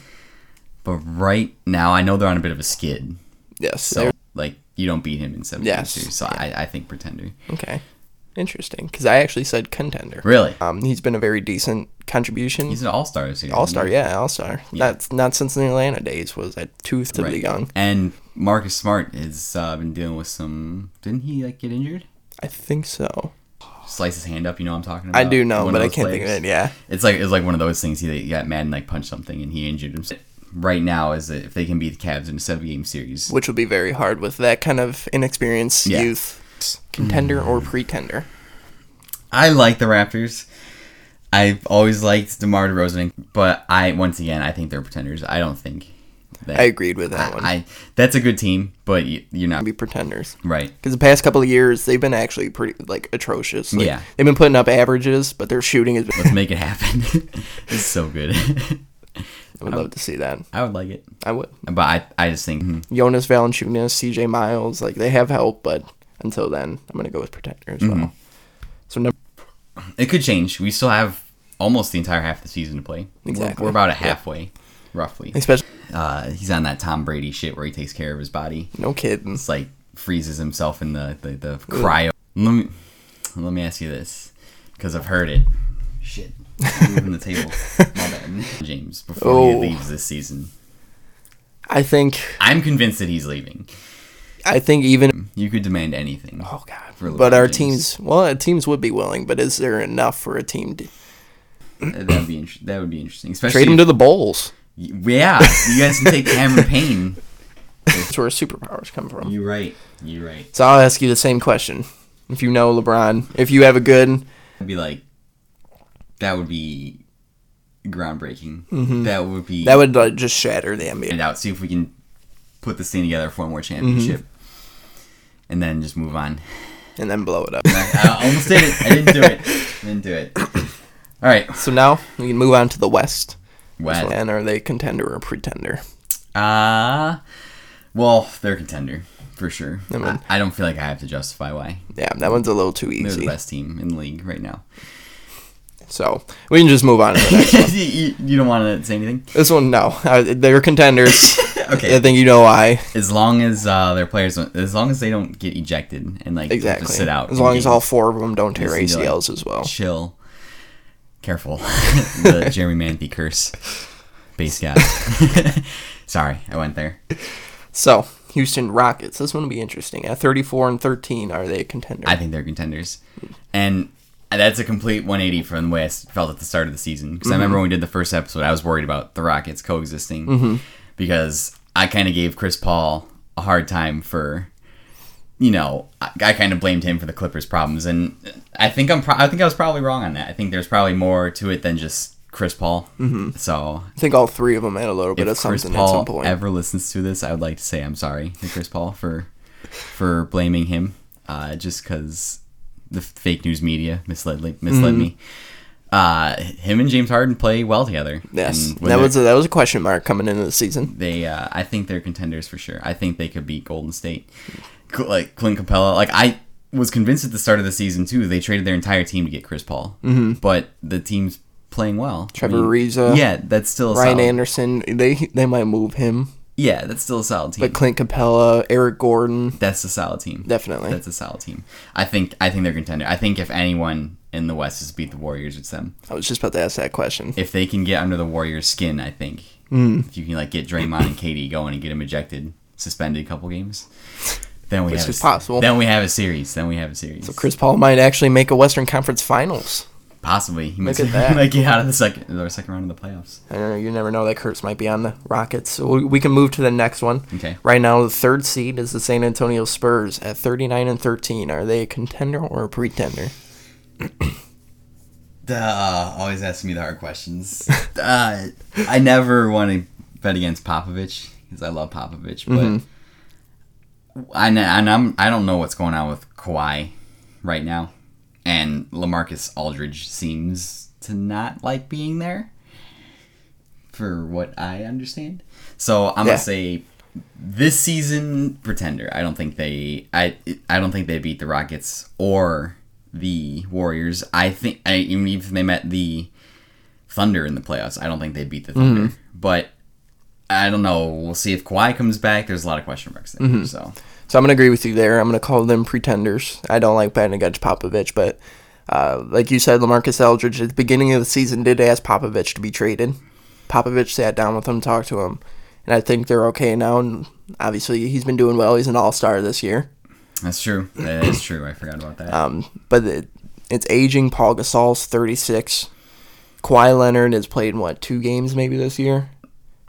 Speaker 2: But right now, I know they're on a bit of a skid.
Speaker 1: Yes.
Speaker 2: So, like, you don't beat him in seven
Speaker 1: Yes.
Speaker 2: games, too. So, I, I think pretender.
Speaker 1: Okay. Interesting. Because I actually said contender.
Speaker 2: Really?
Speaker 1: Um, he's been a very decent contribution.
Speaker 2: He's an all star this year.
Speaker 1: all star, yeah, all star. That's not since the Atlanta days was that tooth to the young.
Speaker 2: And Marcus Smart has uh, been dealing with some. Didn't he, like, get injured?
Speaker 1: I think so.
Speaker 2: Slice his hand up, you know what I'm talking about?
Speaker 1: I do know,
Speaker 2: One
Speaker 1: but I
Speaker 2: those
Speaker 1: can't think
Speaker 2: players.
Speaker 1: of it. Yeah.
Speaker 2: It's like it's like one of those things. He like, got mad and like punched something, and he injured himself. Right now, is that if they can beat the Cavs in a seven game series,
Speaker 1: Which will be very hard with that kind of inexperienced
Speaker 2: Yeah. Mm.
Speaker 1: youth. Contender or pretender?
Speaker 2: I like the Raptors. I've always liked DeMar DeRozan, but I once again I think they're pretenders. I don't think that
Speaker 1: I agreed with that one.
Speaker 2: I, that's a good team, but you, you're not
Speaker 1: be pretenders.
Speaker 2: right.
Speaker 1: Because the past couple of years, they've been actually pretty like atrocious. Like,
Speaker 2: Yeah.
Speaker 1: they've been putting up averages, but their shooting has been.
Speaker 2: Let's make it happen. it's so good.
Speaker 1: I would love to see that.
Speaker 2: I would like it,
Speaker 1: I would.
Speaker 2: but I I just think hmm,
Speaker 1: Jonas Valanciunas, C.J. Miles, like they have help, but until then, I'm gonna go with pretender as well.
Speaker 2: Mm-hmm.
Speaker 1: So number
Speaker 2: it could change. We still have almost the entire half of the season to play. We're-
Speaker 1: Exactly.
Speaker 2: We're, about a halfway, roughly.
Speaker 1: especially
Speaker 2: Uh, he's on that Tom Brady shit where he takes care of his body.
Speaker 1: no kidding.
Speaker 2: just like freezes himself in the the, the cryo. Let me let me ask you this, because I've heard it. Shit, I'm moving the table. My bad. James before
Speaker 1: Oh.
Speaker 2: he leaves this season.
Speaker 1: I think
Speaker 2: I'm convinced that he's leaving.
Speaker 1: I think even
Speaker 2: You could demand anything.
Speaker 1: oh god,
Speaker 2: Mm. For
Speaker 1: but
Speaker 2: LeBron
Speaker 1: our
Speaker 2: James.
Speaker 1: teams well, our teams would be willing, but is there enough for a team to
Speaker 2: That would be inter- that would be interesting. Especially
Speaker 1: trade him to the Bulls?
Speaker 2: if- yeah. You guys can take Cameron Payne.
Speaker 1: That's where superpowers come from.
Speaker 2: You're right. You're right.
Speaker 1: So I'll ask you the same question. If you know LeBron, if you have a good
Speaker 2: I'd be like, that would be groundbreaking. That would be
Speaker 1: Mm-hmm. that would like, just shatter the NBA.
Speaker 2: it out, see if we can put this thing together for one more championship, and then just move on.
Speaker 1: and then blow it up.
Speaker 2: Mm-hmm. I I almost did it. I didn't do it. I didn't do it. All right,
Speaker 1: so now we can move on to the West.
Speaker 2: West.
Speaker 1: And are they contender or pretender?
Speaker 2: Uh, well, they're a contender for sure. I,
Speaker 1: mean-
Speaker 2: I don't feel like I have to justify why
Speaker 1: Yeah, that one's a little too
Speaker 2: they're the
Speaker 1: easy.
Speaker 2: best team in the league right now.
Speaker 1: So we can just move on to the next.
Speaker 2: you, you- you don't want to say anything.
Speaker 1: This one, no. Uh, they're contenders.
Speaker 2: Okay.
Speaker 1: I think you know why.
Speaker 2: As long as uh, their players, don't, as long as they don't get ejected and like have
Speaker 1: Exactly.
Speaker 2: to sit out,
Speaker 1: As
Speaker 2: in
Speaker 1: long as
Speaker 2: games.
Speaker 1: all four of them don't tear
Speaker 2: Listen to, like,
Speaker 1: ACLs as well.
Speaker 2: chill. Careful. the Jeremy Manthe curse. Base guy. Sorry, I went there.
Speaker 1: So, Houston Rockets. This one will be interesting. At 34 and 13, are they a contender?
Speaker 2: I think they're contenders. And that's a complete 180 from the way I s- felt at the start of the season. Because I remember when we did the first episode, I was worried about the Rockets coexisting. Because I kind of gave Chris Paul a hard time for. You know, I, I kind of blamed him for the Clippers' problems, and I think I'm. Pro- I think I was probably wrong on that. I think there's probably more to it than just Chris Paul. Mm-hmm. So
Speaker 1: I think all three of them had a little bit of
Speaker 2: if Chris
Speaker 1: something
Speaker 2: Paul
Speaker 1: at some point.
Speaker 2: ever listens to this, I would like to say I'm sorry to Chris Paul for for blaming him, uh, just because the fake news media misled
Speaker 1: Mm-hmm.
Speaker 2: misled me. Uh, him and James Harden play well together.
Speaker 1: yes.
Speaker 2: and when
Speaker 1: That
Speaker 2: they're-
Speaker 1: was, a, that was a question mark coming into the season.
Speaker 2: they. Uh, I think they're contenders for sure. I think they could beat Golden State. like Clint Capella. Like I was convinced at the start of the season too. They traded their entire team to get Chris Paul, mm-hmm. but the team's playing well.
Speaker 1: Trevor Ariza,
Speaker 2: Yeah, that's still a
Speaker 1: Ryan
Speaker 2: solid.
Speaker 1: Anderson. They they might move him,
Speaker 2: Yeah, that's still a solid team.
Speaker 1: but Clint Capella, Eric Gordon,
Speaker 2: that's a solid team.
Speaker 1: definitely.
Speaker 2: That's a solid team. I think. I think they're contender. I think if anyone in the West has beat the Warriors, it's them.
Speaker 1: I was just about to ask that question.
Speaker 2: If they can get under the Warriors' skin, I think.
Speaker 1: Mm.
Speaker 2: If you can like get Draymond and KD going and get them ejected, suspended a couple games, then we
Speaker 1: Which
Speaker 2: have
Speaker 1: is
Speaker 2: a,
Speaker 1: possible.
Speaker 2: Then we have a series. Then we have a series.
Speaker 1: Chris Paul might actually make a Western Conference Finals.
Speaker 2: Possibly. He might,
Speaker 1: at that.
Speaker 2: might get out of the second or second round of the playoffs.
Speaker 1: I don't know. You never know. That Kurtz might be on the Rockets. So we, we can move to the next one.
Speaker 2: Okay.
Speaker 1: Right now, the third seed is the San Antonio Spurs at 39 and 13. Are they a contender or a pretender?
Speaker 2: Duh, uh, always asking me the hard questions. uh, I never want to bet against Popovich because I love Popovich, but I kn- and I'm I don't know what's going on with Kawhi right now, and Lamarcus Aldridge seems to not like being there, for what I understand. So I'm
Speaker 1: Yeah.
Speaker 2: gonna say this season pretender. I don't think they I I don't think they beat the Rockets or the Warriors. I think I, even if they met the Thunder in the playoffs, I don't think they beat the Thunder.
Speaker 1: Mm-hmm.
Speaker 2: But I don't know. We'll see if Kawhi comes back. There's a lot of question marks there.
Speaker 1: Mm-hmm.
Speaker 2: So
Speaker 1: So I'm gonna agree with you there. I'm gonna call them pretenders. I don't like betting against Popovich, but uh, like you said, Lamarcus Eldridge at the beginning of the season did ask Popovich to be traded. Popovich sat down with him, talked to him, and I think they're okay now. And obviously, he's been doing well. He's an All Star this year.
Speaker 2: that's true. That is true. I forgot about that.
Speaker 1: Um, but it, it's aging. Paul Gasol's 36. Kawhi Leonard has played what two games maybe this year,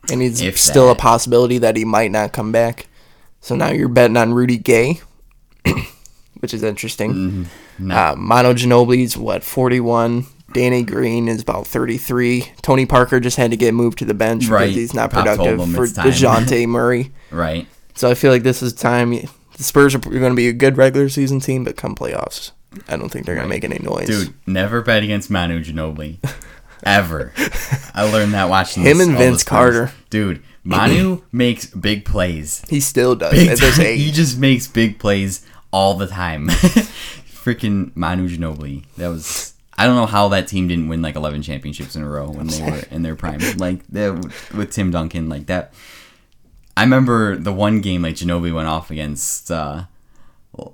Speaker 1: and it's
Speaker 2: If
Speaker 1: still a
Speaker 2: that.
Speaker 1: possibility that he might not come back. So now you're betting on Rudy Gay, which is interesting.
Speaker 2: Mm-hmm.
Speaker 1: Uh, Mono Ginobili's what 41. Danny Green is about 33. Tony Parker just had to get moved to the bench
Speaker 2: Right.
Speaker 1: because he's not
Speaker 2: Pop told
Speaker 1: productive
Speaker 2: him
Speaker 1: for
Speaker 2: it's time.
Speaker 1: DeJounte Murray.
Speaker 2: right.
Speaker 1: So I feel like this is time. The Spurs are going to be a good regular season team, but come playoffs, I don't think they're going to make any noise.
Speaker 2: Dude, never bet against Manu Ginobili. Ever. I learned that watching
Speaker 1: Him
Speaker 2: this-
Speaker 1: and
Speaker 2: all the
Speaker 1: Vince
Speaker 2: Spurs.
Speaker 1: Carter.
Speaker 2: Dude, Manu makes big plays.
Speaker 1: he still does
Speaker 2: Big
Speaker 1: at this
Speaker 2: time. He
Speaker 1: age.
Speaker 2: just makes big plays all the time. Freaking Manu Ginobili. That was. I don't know how that team didn't win like 11 championships in a row when they were in their prime. Like that with Tim Duncan, like that. I remember the one game like Ginobili went off against. uh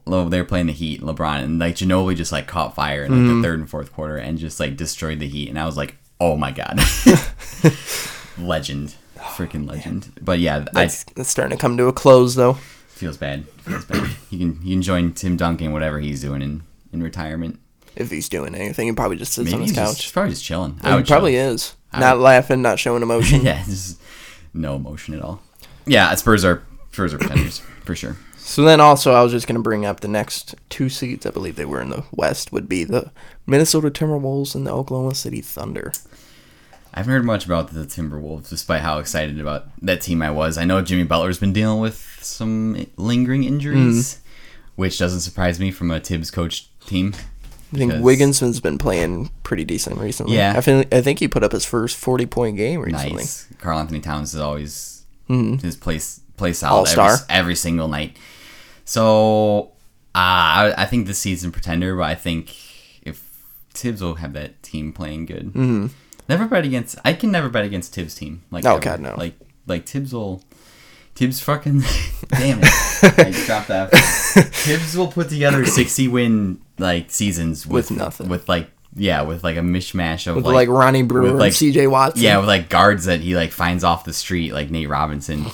Speaker 2: Le- they were playing the Heat, LeBron, and like Ginobili just like caught fire in like the third and fourth quarter and just like destroyed the Heat, and I was like, oh my god, legend, freaking legend. But yeah, I
Speaker 1: That's, that's starting to come to a close, though.
Speaker 2: Feels bad. Feels bad. You can you can join Tim Duncan whatever he's doing in, in retirement.
Speaker 1: If he's doing anything, he probably just sits
Speaker 2: Maybe
Speaker 1: on his
Speaker 2: he's, just-
Speaker 1: couch.
Speaker 2: he's probably just chilling.
Speaker 1: he probably is. not laughing, not showing emotion.
Speaker 2: chill. yeah, just no emotion at all. Yeah, Spurs are Spurs are pretenders for sure.
Speaker 1: So then also, I was just going to bring up the next two seeds, I believe they were in the West, would be the Minnesota Timberwolves and the Oklahoma City Thunder.
Speaker 2: I haven't heard much about the Timberwolves, despite how excited about that team I was. I know Jimmy Butler's been dealing with some lingering
Speaker 1: Mm.
Speaker 2: injuries, which doesn't surprise me from a Tibbs coach team.
Speaker 1: I think
Speaker 2: Because-
Speaker 1: Wigginson's been playing pretty decent recently.
Speaker 2: Yeah.
Speaker 1: I, feel, I think he put up his first 40 point game recently. Mm-hmm.
Speaker 2: Nice. Carl Anthony Towns is always his place play solid
Speaker 1: All-star.
Speaker 2: every, every single night. So uh, I, I think this season pretender, but I think if Tibbs will have that team playing good, mm-hmm. never bet against. I can never bet against Tibbs team. Like
Speaker 1: Oh,
Speaker 2: ever.
Speaker 1: God, no.
Speaker 2: Like like Tibbs will. Tibbs fucking damn it! I dropped that. Tibbs will put together sixty win like seasons with,
Speaker 1: With nothing.
Speaker 2: With like yeah, with like a mishmash of
Speaker 1: With, like, Ronnie Brewer
Speaker 2: like-
Speaker 1: and CJ Watson.
Speaker 2: yeah, with like guards that he like finds off the street, like Nate Robinson.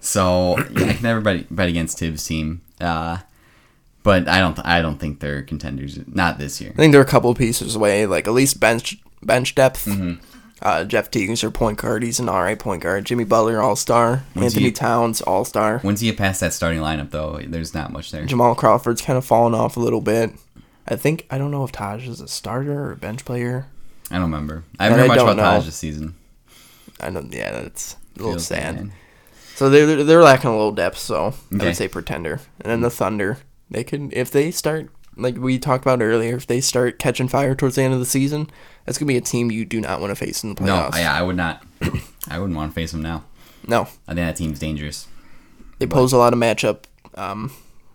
Speaker 2: So yeah, I can never bet, bet against Tibbs' team, uh, but I don't I don't think they're contenders. Not this year.
Speaker 1: I think they're a couple pieces away, like at least bench bench depth.
Speaker 2: Mm-hmm.
Speaker 1: Uh, Jeff Teague's our point guard. He's an all right point guard. Jimmy Butler, all star. Anthony
Speaker 2: he-
Speaker 1: Towns, all star.
Speaker 2: Once you get past that starting lineup, though, there's not much there.
Speaker 1: Jamal Crawford's kind of fallen off a little bit. I think I don't know if Taj is a starter or a bench player.
Speaker 2: I don't remember. I haven't heard
Speaker 1: I
Speaker 2: much
Speaker 1: don't
Speaker 2: about Taj
Speaker 1: know.
Speaker 2: this season.
Speaker 1: I don't. Yeah, that's a little
Speaker 2: Feels
Speaker 1: sad.
Speaker 2: bad.
Speaker 1: So they're they're- they're lacking a little depth. So I
Speaker 2: Okay.
Speaker 1: would say pretender, and then the Thunder. They could if they start like we talked about earlier. If they start catching fire towards the end of the season, that's gonna be a team you do not want to face in the
Speaker 2: No,
Speaker 1: playoffs.
Speaker 2: I, I would not. I wouldn't want to face him now.
Speaker 1: no,
Speaker 2: I think that team's dangerous.
Speaker 1: they pose a lot of matchup um,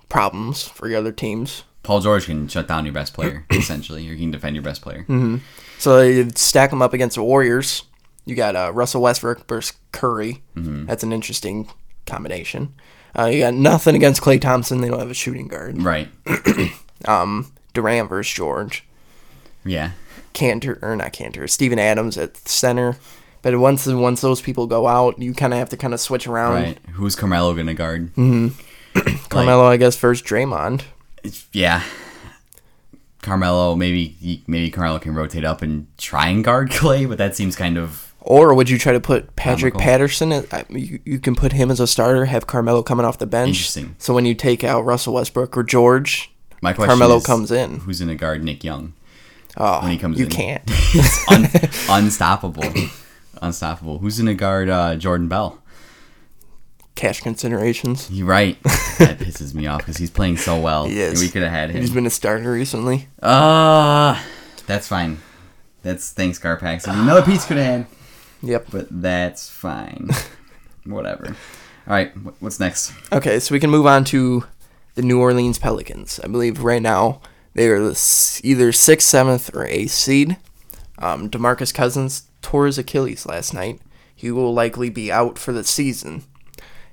Speaker 1: problems for your other teams.
Speaker 2: Paul George can shut down your best player, essentially, or he can defend your best player.
Speaker 1: Mm-hmm. So you stack them up against the Warriors. You got uh, Russell Westbrook versus Curry.
Speaker 2: Mm-hmm.
Speaker 1: That's an interesting combination. Uh, you got nothing against Clay Thompson. They don't have a shooting guard.
Speaker 2: Right.
Speaker 1: Um, Durant versus George.
Speaker 2: Yeah.
Speaker 1: Cantor or not Cantor, Steven Adams at center. But once once those people go out, you kind of have to kind of switch around.
Speaker 2: Right. Who's Carmelo gonna guard?
Speaker 1: Carmelo, I guess, versus Draymond.
Speaker 2: It's- yeah. Carmelo, maybe maybe Carmelo can rotate up and try and guard Clay, but that seems kind of
Speaker 1: Or would you try to put Patrick
Speaker 2: Comical.
Speaker 1: Patterson? At, I- you, you can put him as a starter, have Carmelo coming off the bench.
Speaker 2: Interesting.
Speaker 1: So when you take out Russell Westbrook or George,
Speaker 2: my question.
Speaker 1: Carmelo
Speaker 2: is,
Speaker 1: comes in.
Speaker 2: Who's gonna guard Nick Young?
Speaker 1: Oh,
Speaker 2: when he comes
Speaker 1: you
Speaker 2: in.
Speaker 1: can't.
Speaker 2: It's un- unstoppable, unstoppable. Who's gonna guard uh, Jordan Bell?
Speaker 1: Cash considerations.
Speaker 2: You're right. That pisses me off because he's playing so well.
Speaker 1: He is.
Speaker 2: And we could have had
Speaker 1: He's
Speaker 2: him.
Speaker 1: been a starter recently.
Speaker 2: Ah, that's fine. That's thanks, Garpax. Another piece could have had,
Speaker 1: Yep.
Speaker 2: but that's fine. Whatever. All right, wh- what's next?
Speaker 1: Okay, so we can move on to the New Orleans Pelicans. I believe right now they are the s- either sixth, seventh, or eighth seed. Um, Demarcus Cousins tore his Achilles last night. He will likely be out for the season.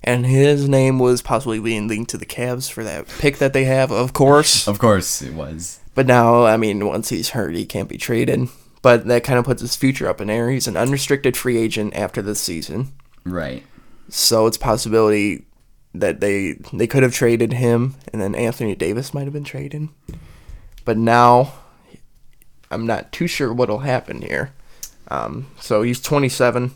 Speaker 1: And his name was possibly being linked to the Cavs for that pick that they have, of course.
Speaker 2: Of course, it was.
Speaker 1: But now, I mean, once he's hurt, he can't be traded. But that kind of puts his future up in air. He's an unrestricted free agent after this season.
Speaker 2: Right.
Speaker 1: So it's a possibility that they they could have traded him, and then Anthony Davis might have been traded. But now, I'm not too sure what'll happen here. Um, so he's 27.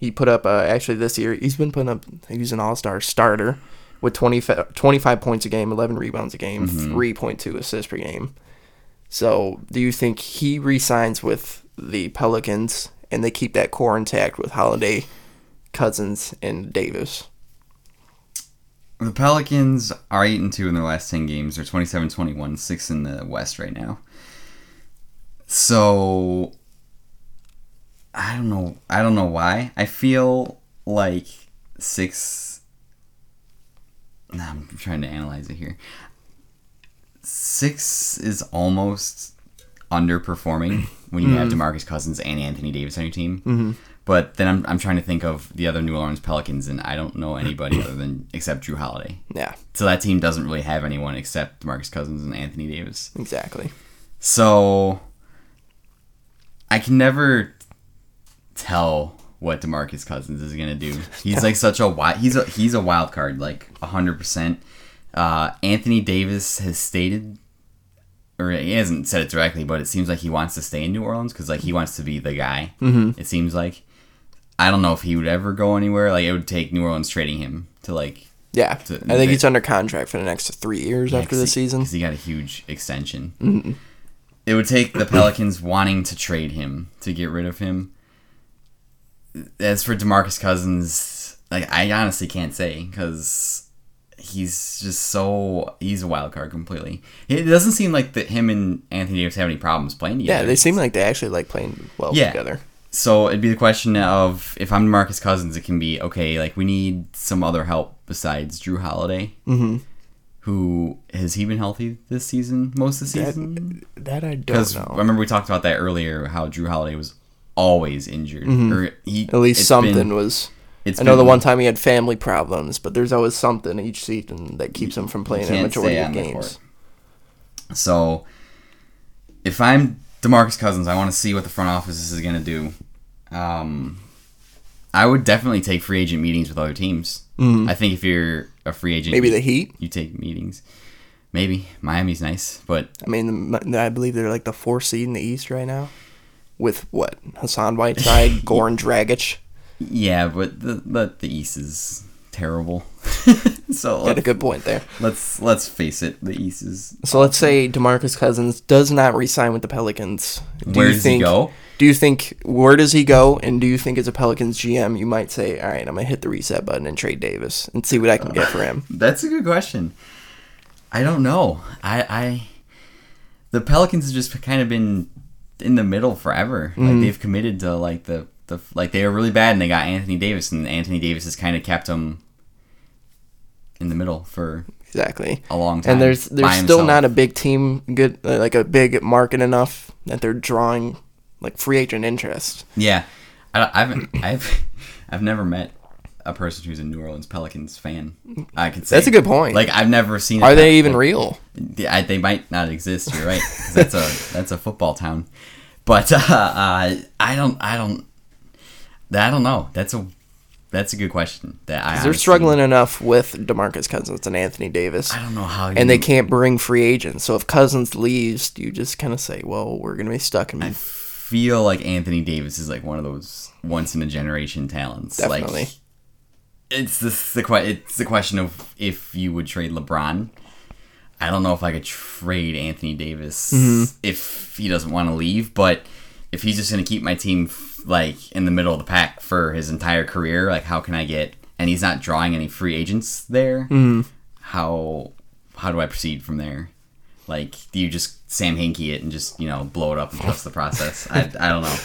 Speaker 1: He put up uh, actually this year. He's been putting up. He's an All Star starter with 20, 25 points a game, 11 rebounds a game, 3.2 assists per game. So do you think he resigns with the Pelicans and they keep that core intact with Holiday, Cousins, and Davis?
Speaker 2: The Pelicans are 8 and 2 in their last 10 games. They're 27 21, 6 in the West right now. So I don't know. I don't know why. I feel like 6 Nah, I'm trying to analyze it here. 6 is almost underperforming when you have DeMarcus Cousins and Anthony Davis on your team. Mm-hmm. But then I'm, I'm trying to think of the other New Orleans Pelicans, and I don't know anybody other than except Drew Holiday.
Speaker 1: Yeah,
Speaker 2: So that team doesn't really have anyone except Marcus Cousins and Anthony Davis.
Speaker 1: exactly.
Speaker 2: So I can never tell what DeMarcus Cousins is going to do. He's like such a wild he's a he's a wild card like 100%. Uh Anthony Davis has stated or he hasn't said it directly, but it seems like he wants to stay in New Orleans cuz like he wants to be the guy. It seems like I don't know if he would ever go anywhere. Like it would take New Orleans trading him to like
Speaker 1: Yeah,
Speaker 2: To-
Speaker 1: I think he's under contract for the next three years after the season.
Speaker 2: because he got a huge extension. It would take the Pelicans wanting to trade him to get rid of him. As for Demarcus Cousins, like I honestly can't say because he's just so he's a wild card completely. It doesn't seem like that him and Anthony Davis have any problems playing
Speaker 1: Yeah,
Speaker 2: together.
Speaker 1: they seem like they actually like playing well
Speaker 2: Yeah.
Speaker 1: together.
Speaker 2: So it'd be the question of if I'm Marcus Cousins, it can be okay. Like we need some other help besides Drew Holiday, mm-hmm. who has he been healthy this season? Most of the season
Speaker 1: That, that I don't
Speaker 2: because
Speaker 1: know.
Speaker 2: I remember we talked about that earlier. How Drew Holiday was always injured, or he
Speaker 1: Mm-hmm. At least
Speaker 2: it's
Speaker 1: something
Speaker 2: been-
Speaker 1: was.
Speaker 2: it's
Speaker 1: I know the
Speaker 2: been-
Speaker 1: one time he had family problems, but there's always something each season that keeps him from playing a
Speaker 2: can't
Speaker 1: majority
Speaker 2: stay
Speaker 1: of
Speaker 2: on the
Speaker 1: games.
Speaker 2: So if I'm Demarcus Cousins, I want to see what the front office is going to do. Um, I would definitely take free agent meetings with other teams. I think if you're a free agent,
Speaker 1: Mm-hmm. Maybe
Speaker 2: you-
Speaker 1: the Heat.
Speaker 2: you take meetings. Maybe Miami's nice, but
Speaker 1: I mean, the- I believe they're like the four seed in the East right now, with what Hassan Whiteside, Goran Dragic.
Speaker 2: yeah, but the the, the East is terrible. so
Speaker 1: Got a
Speaker 2: let,
Speaker 1: good point there.
Speaker 2: let's let's face it, the East is
Speaker 1: So let's say Demarcus Cousins does not re-sign with the Pelicans. Do
Speaker 2: Where does he go?
Speaker 1: Do you think where does he go? And do you think as a Pelicans GM, you might say, "All right, I'm gonna hit the reset button and trade Davis and see what I can get for him."
Speaker 2: That's a good question. I don't know. I, I the Pelicans have just kind of been in the middle forever.
Speaker 1: Mm-hmm.
Speaker 2: Like they've committed to like the the like they were really bad and they got Anthony Davis and Anthony Davis has kind of kept them in the middle for
Speaker 1: Exactly.
Speaker 2: a long time.
Speaker 1: And there's
Speaker 2: by
Speaker 1: there's still
Speaker 2: himself.
Speaker 1: not a big team good uh, like a big market enough that they're drawing like free agent interest.
Speaker 2: Yeah, I, I haven't. I've I've never met a person who's a New Orleans Pelicans fan. I can say
Speaker 1: That's a good point.
Speaker 2: Like I've never seen.
Speaker 1: Are
Speaker 2: it
Speaker 1: they
Speaker 2: that-
Speaker 1: even
Speaker 2: like,
Speaker 1: real?
Speaker 2: Yeah, I, they might not exist. You're right. 'cause that's a that's a football town. But uh, uh, I don't. I don't. I don't know. That's a that's a good question. That I
Speaker 1: They're
Speaker 2: honestly-
Speaker 1: struggling enough with DeMarcus Cousins and Anthony Davis.
Speaker 2: I don't know how. You,
Speaker 1: And they can't bring free agents. So if Cousins leaves, you just kind of say, well, we're going to be stuck in
Speaker 2: feel like Anthony Davis is like one of those once in a generation talents.
Speaker 1: Definitely.
Speaker 2: Like, it's this the que- it's the question of if you would trade LeBron. I don't know if I could trade Anthony Davis if he doesn't want to leave, but if he's just going to keep my team f- like in the middle of the pack for his entire career, like how can I get and he's not drawing any free agents there? How how do I proceed from there? Like, do you just Sam Hinkie it and just you know blow it up and trust the process? I, I don't know.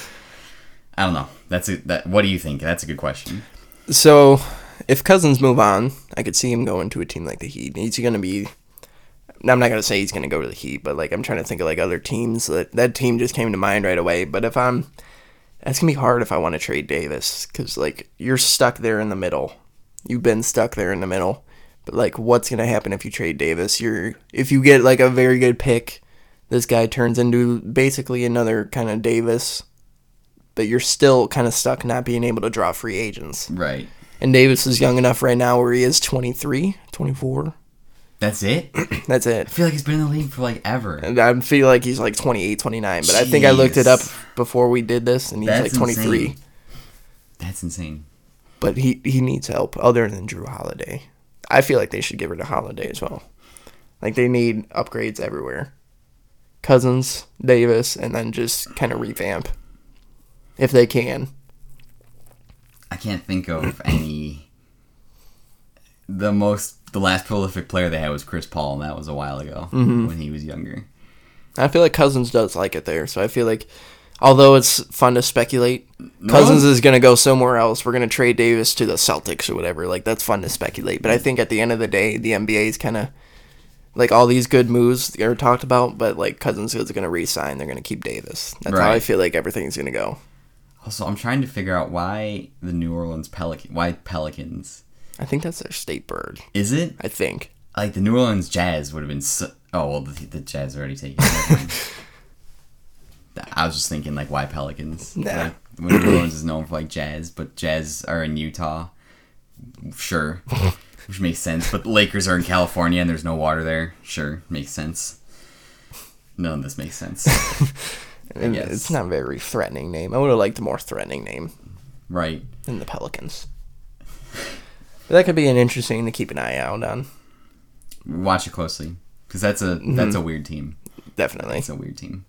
Speaker 2: I don't know. That's a, that. What do you think? That's a good question.
Speaker 1: So, if Cousins move on, I could see him going to a team like the Heat. He's going to be. I'm not going to say he's going to go to the Heat, but like I'm trying to think of like other teams that that team just came to mind right away. But if I'm, that's gonna be hard if I want to trade Davis because like you're stuck there in the middle. You've been stuck there in the middle. But like, what's gonna happen if you trade Davis? You're if you get like a very good pick, this guy turns into basically another kind of Davis. But you're still kind of stuck not being able to draw free agents.
Speaker 2: Right.
Speaker 1: And Davis is young enough right now where he is 23, 24.
Speaker 2: That's it. I
Speaker 1: That's it.
Speaker 2: feel like he's been in the league for like ever.
Speaker 1: And I feel like he's like 28, 29, but I think I looked it up
Speaker 2: Jeez.
Speaker 1: before we did this and he's
Speaker 2: That's
Speaker 1: like 23.
Speaker 2: insane. That's insane.
Speaker 1: But he, he needs help other than Drew Holiday. I feel like they should give her to Holiday as well. Like they need upgrades everywhere. Cousins, Davis, and then just kind of revamp if they can.
Speaker 2: I can't think of any. The most, the last prolific player they had was Chris Paul, and that was a while ago
Speaker 1: Mm-hmm.
Speaker 2: when he was younger.
Speaker 1: I feel like Cousins does like it there, so I feel like although it's fun to speculate, Cousins is gonna go somewhere else. We're gonna trade Davis to the Celtics or whatever. Like that's fun to speculate, but I think at the end of the day, the NBA is kind of like all these good moves are talked about, but like Cousins is gonna re-sign. They're gonna keep Davis. That's how I
Speaker 2: Right.
Speaker 1: feel like everything's gonna go.
Speaker 2: Also, I'm trying to figure out why the New Orleans Pelican, why Pelicans?
Speaker 1: I think that's their state bird.
Speaker 2: Is it
Speaker 1: I think.
Speaker 2: like the New Orleans Jazz would have been? So, oh well, the, the Jazz are already taken. Never mind. I was just thinking like why Pelicans?
Speaker 1: Nah.
Speaker 2: Like, when New Orleans is known for like jazz, but Jazz are in Utah. Sure, which makes sense. But the Lakers are in California and there's no water there. Sure, makes sense. None of this makes sense.
Speaker 1: And
Speaker 2: guess.
Speaker 1: It's not a very threatening name. I would have liked a more threatening name
Speaker 2: right.
Speaker 1: than the Pelicans. But that could be an interesting to keep an eye out on.
Speaker 2: Watch it closely because that's a that's a weird team.
Speaker 1: Definitely.
Speaker 2: It's a weird team.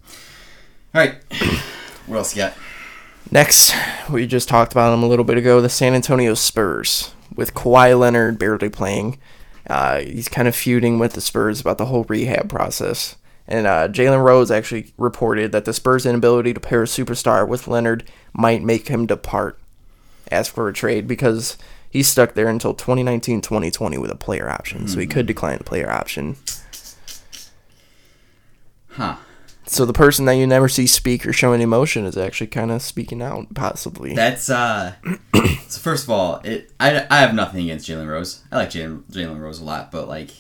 Speaker 2: All right. what else you got?
Speaker 1: Next, we just talked about them a little bit ago the San Antonio Spurs, with Kawhi Leonard barely playing. Uh, he's kind of feuding with the Spurs about the whole rehab process. And uh, Jalen Rose actually reported that the Spurs' inability to pair a superstar with Leonard might make him depart, ask for a trade, because he's stuck there until 2019 2020 with a player option. So he
Speaker 2: Hmm.
Speaker 1: could decline the player option.
Speaker 2: Huh.
Speaker 1: So the person that you never see speak or show any emotion is actually kind of speaking out, possibly.
Speaker 2: That's uh. so first of all, it I, I have nothing against Jalen Rose. I like Jalen Jalen Rose a lot, but like,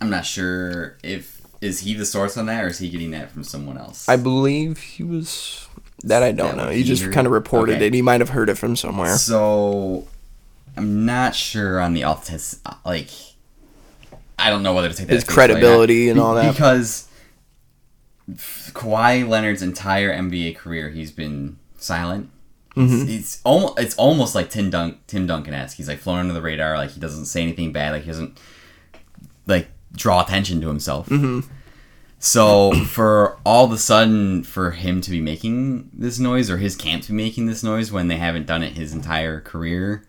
Speaker 2: I'm not sure if is he the source on that or is he getting that from someone else.
Speaker 1: I believe he was. That I don't
Speaker 2: That
Speaker 1: know.
Speaker 2: what
Speaker 1: He just
Speaker 2: he heard?
Speaker 1: kind of reported
Speaker 2: Okay.
Speaker 1: it. He might have heard it from somewhere.
Speaker 2: so I'm not sure on the authentic like. I don't know whether to take that
Speaker 1: His
Speaker 2: at face value or not.
Speaker 1: credibility and all that.
Speaker 2: because Kawhi Leonard's entire NBA career he's been silent.
Speaker 1: Mm-hmm.
Speaker 2: It's, it's almost it's almost like Tim Dunk Tim Duncan esque. He's like flown under the radar. Like he doesn't say anything bad. Like he doesn't like draw attention to himself. So for all of a sudden for him to be making this noise or his camp to be making this noise when they haven't done it his entire career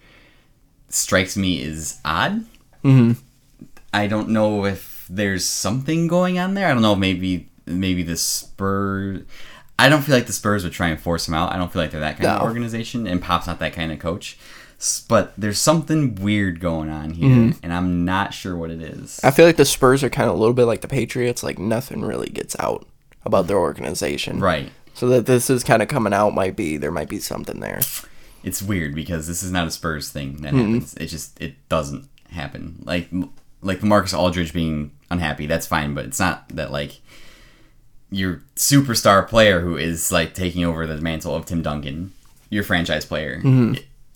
Speaker 2: strikes me as odd.
Speaker 1: Mm-hmm.
Speaker 2: I don't know if there's something going on there. I don't know. Maybe maybe the Spurs. I don't feel like the Spurs would try and force him out. I don't feel like they're that kind of
Speaker 1: No.
Speaker 2: organization, and Pop's not that kind of coach. S- But there's something weird going on here, and I'm not sure what it is.
Speaker 1: Mm-hmm. I feel like the Spurs are kind of a little bit like the Patriots. Like nothing really gets out about their organization.
Speaker 2: Right.
Speaker 1: So that this is kind of coming out might be there might be something there.
Speaker 2: It's weird because this is not a Spurs thing that happens. It just it doesn't happen. Like like Marcus Aldridge being unhappy, that's fine, but it's not that like your superstar player who is like taking over the mantle of Tim Duncan, your franchise player,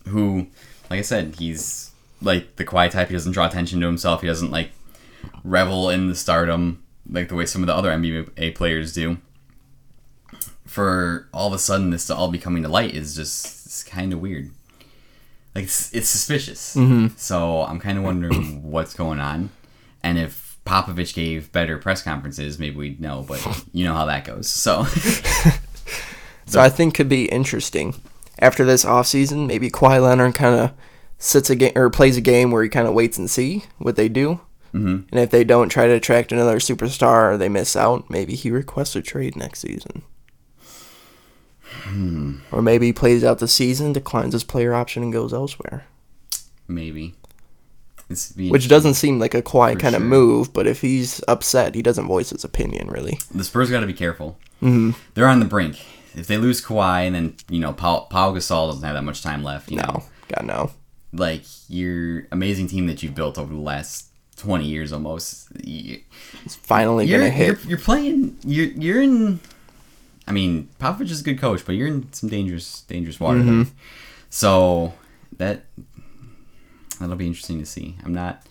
Speaker 2: who, like I said, he's like the quiet type. He doesn't draw attention to himself. He doesn't like revel in the stardom like the way some of the other NBA players do. For all of a sudden this to all be coming to light is just it's kind of weird. Like it's, it's suspicious.
Speaker 1: Mm-hmm.
Speaker 2: So I'm kind of wondering what's going on, and if Popovich gave better press conferences, maybe we'd know. But you know how that goes. So
Speaker 1: So I think could be interesting. After this offseason, maybe Kawhi Leonard kind of sits a game or plays a game where he kind of waits and see what they do. Mm-hmm. And if they don't try to attract another superstar or they miss out, maybe he requests a trade next season.
Speaker 2: Hmm.
Speaker 1: Or maybe he plays out the season, declines his player option, and goes elsewhere.
Speaker 2: maybe it's be-
Speaker 1: Which doesn't seem like a Kawhi kind of
Speaker 2: Hmm. sure.
Speaker 1: move, but if he's upset, he doesn't voice his opinion really.
Speaker 2: the Spurs got to be careful. Mm-hmm. They're on the brink. If they lose Kawhi, and then you know Paul, Paul Gasol doesn't have that much time left. You know,
Speaker 1: No, God no.
Speaker 2: like your amazing team that you've built over the last twenty years almost. y-
Speaker 1: It's finally
Speaker 2: you're,
Speaker 1: gonna hit.
Speaker 2: You're, you're playing. You're you're in. I mean, Popovich is a good coach, but you're in some dangerous dangerous water.
Speaker 1: Mm-hmm.
Speaker 2: there. So that that'll be interesting to see. I'm not.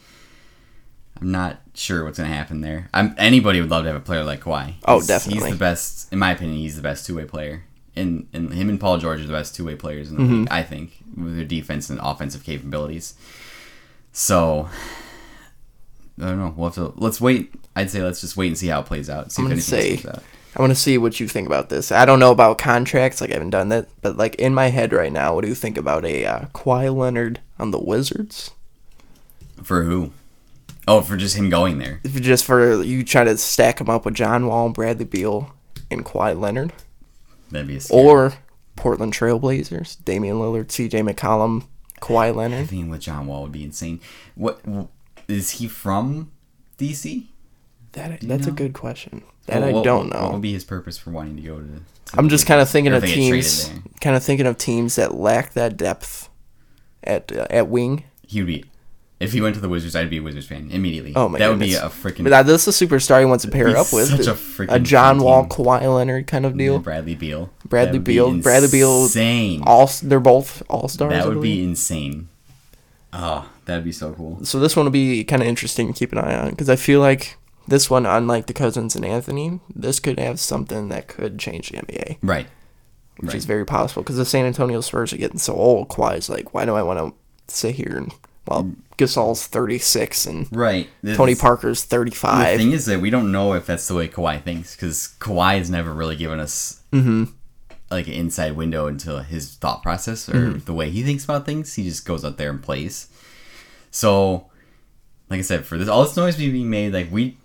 Speaker 2: I'm not sure what's going to happen there. I'm, anybody would love to have a player like Kawhi.
Speaker 1: Oh,
Speaker 2: He's-
Speaker 1: definitely.
Speaker 2: He's the best, in my opinion. He's the best two way player, and and him and Paul George are the best two way players in
Speaker 1: Mm-hmm.
Speaker 2: the league. I think with their defense and offensive capabilities. So I don't know. We'll have to let's wait. I'd say let's just wait and see how it plays out. See
Speaker 1: I'm
Speaker 2: if
Speaker 1: gonna
Speaker 2: anything
Speaker 1: say-
Speaker 2: sticks out.
Speaker 1: I want to see what you think about this. I don't know about contracts, like I haven't done that, but like in my head right now, what do you think about a uh, Kawhi Leonard on the Wizards?
Speaker 2: for who? Oh, for just him going there.
Speaker 1: If you- just for you try to stack him up with John Wall, Bradley Beal, and Kawhi Leonard,
Speaker 2: That'd be a scary.
Speaker 1: or Portland Trailblazers, Damian Lillard, C.J. McCollum, Kawhi
Speaker 2: I
Speaker 1: Leonard.
Speaker 2: think with John Wall would be insane. What is he from? DC?
Speaker 1: That
Speaker 2: you
Speaker 1: that's a
Speaker 2: know?
Speaker 1: good question. That
Speaker 2: What-
Speaker 1: I
Speaker 2: what-
Speaker 1: don't
Speaker 2: What would
Speaker 1: know.
Speaker 2: be his purpose for wanting to go to? to
Speaker 1: I'm just kind of thinking
Speaker 2: or
Speaker 1: of
Speaker 2: if they get traded
Speaker 1: teams,
Speaker 2: there.
Speaker 1: kind of thinking of teams that lack that depth at uh, at wing.
Speaker 2: He would be. If he went to the Wizards, I'd be a Wizards fan immediately.
Speaker 1: Oh my
Speaker 2: That would
Speaker 1: goodness.
Speaker 2: be a freaking
Speaker 1: But that, this is a superstar he wants to pair
Speaker 2: He's
Speaker 1: up with.
Speaker 2: such a
Speaker 1: a
Speaker 2: freaking
Speaker 1: John
Speaker 2: fun
Speaker 1: Wall,
Speaker 2: team.
Speaker 1: Kawhi Leonard kind of deal.
Speaker 2: Bradley Beal.
Speaker 1: Bradley
Speaker 2: That would be
Speaker 1: Beal- Bradley Beal-
Speaker 2: Insane.
Speaker 1: All they're both all stars.
Speaker 2: That would be insane. Oh, that'd be so cool.
Speaker 1: so. This one will be kind of interesting to keep an eye on because I feel like this one, unlike the Cousins and Anthony, this could have something that could change the NBA,
Speaker 2: Right.
Speaker 1: which
Speaker 2: Right.
Speaker 1: is very possible because the San Antonio Spurs are getting so old. Kawhi's like, why do I want to sit here and well, Gasol's 36 and
Speaker 2: Right. This-
Speaker 1: Tony Parker's
Speaker 2: The
Speaker 1: 35.
Speaker 2: thing is that we don't know if that's the way Kawhi thinks because Kawhi has never really given us
Speaker 1: Mm-hmm.
Speaker 2: like an inside window into his thought process or
Speaker 1: Mm-hmm.
Speaker 2: the way he thinks about things. He just goes out there and plays. So, like I said, for this all this noise being made, like we,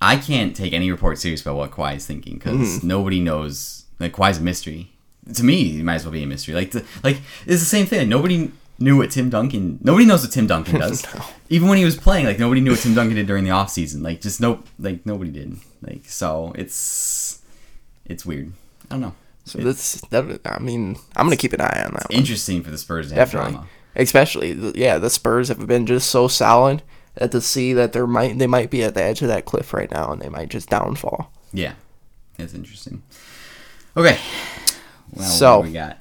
Speaker 2: I can't take any report serious about what Kawhi is thinking because
Speaker 1: Mm-hmm.
Speaker 2: nobody knows. Like Kawhi's a mystery. To me, he might as well be a mystery. Like, the, like it's the same thing. Nobody knew what Tim Duncan. Nobody knows what Tim Duncan does. Even when he was playing, like nobody knew what Tim Duncan did during the off season. Like, just no, like nobody did. Like, so it's, it's weird. I don't know.
Speaker 1: So this, that, I mean, I'm gonna keep an eye on that. one.
Speaker 2: Interesting for the Spurs to have
Speaker 1: definitely.
Speaker 2: drama.
Speaker 1: Especially, th- yeah, the Spurs have been just so solid that to see that they might they might be at the edge of that cliff right now, and they might just downfall.
Speaker 2: Yeah, it's interesting. Okay. Well,
Speaker 1: So-
Speaker 2: what do we got.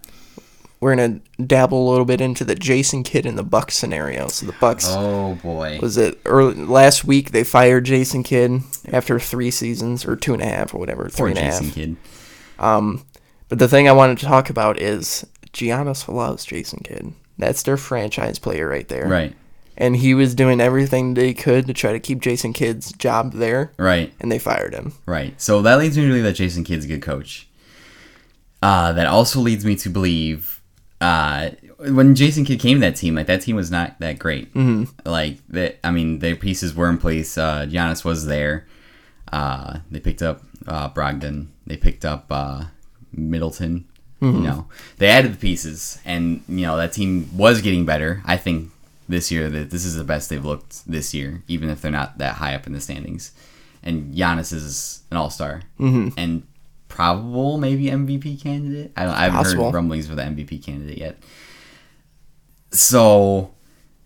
Speaker 1: We're gonna dabble a little bit into the Jason Kidd and the Bucks scenario. So the Bucks
Speaker 2: Oh boy.
Speaker 1: was it early last week they fired Jason Kidd after three seasons or two and a half or whatever,
Speaker 2: Poor
Speaker 1: three and a half.
Speaker 2: Jason Kidd.
Speaker 1: But the thing I wanted to talk about is Giannis loves Jason Kidd. That's their franchise player right there.
Speaker 2: Right.
Speaker 1: And he was doing everything they could to try to keep Jason Kidd's job there.
Speaker 2: Right.
Speaker 1: and they fired him.
Speaker 2: Right. So that leads me to believe that Jason Kidd's a good coach. Uh, that also leads me to believe uh, when Jason Kidd came to that team, like that team was not that great. Mm-hmm. Like that, I mean, their pieces were in place. Uh, Giannis was there. Uh, they picked up uh, Brogdon. They picked up uh, Middleton. You know, they added the pieces, and you know that team was getting better. I think this year that this is the best they've looked this year, even if they're not that high up in the standings. And Giannis is an All Star and probable maybe MVP candidate. I don't. I haven't
Speaker 1: Possible.
Speaker 2: heard rumblings for the MVP candidate yet. So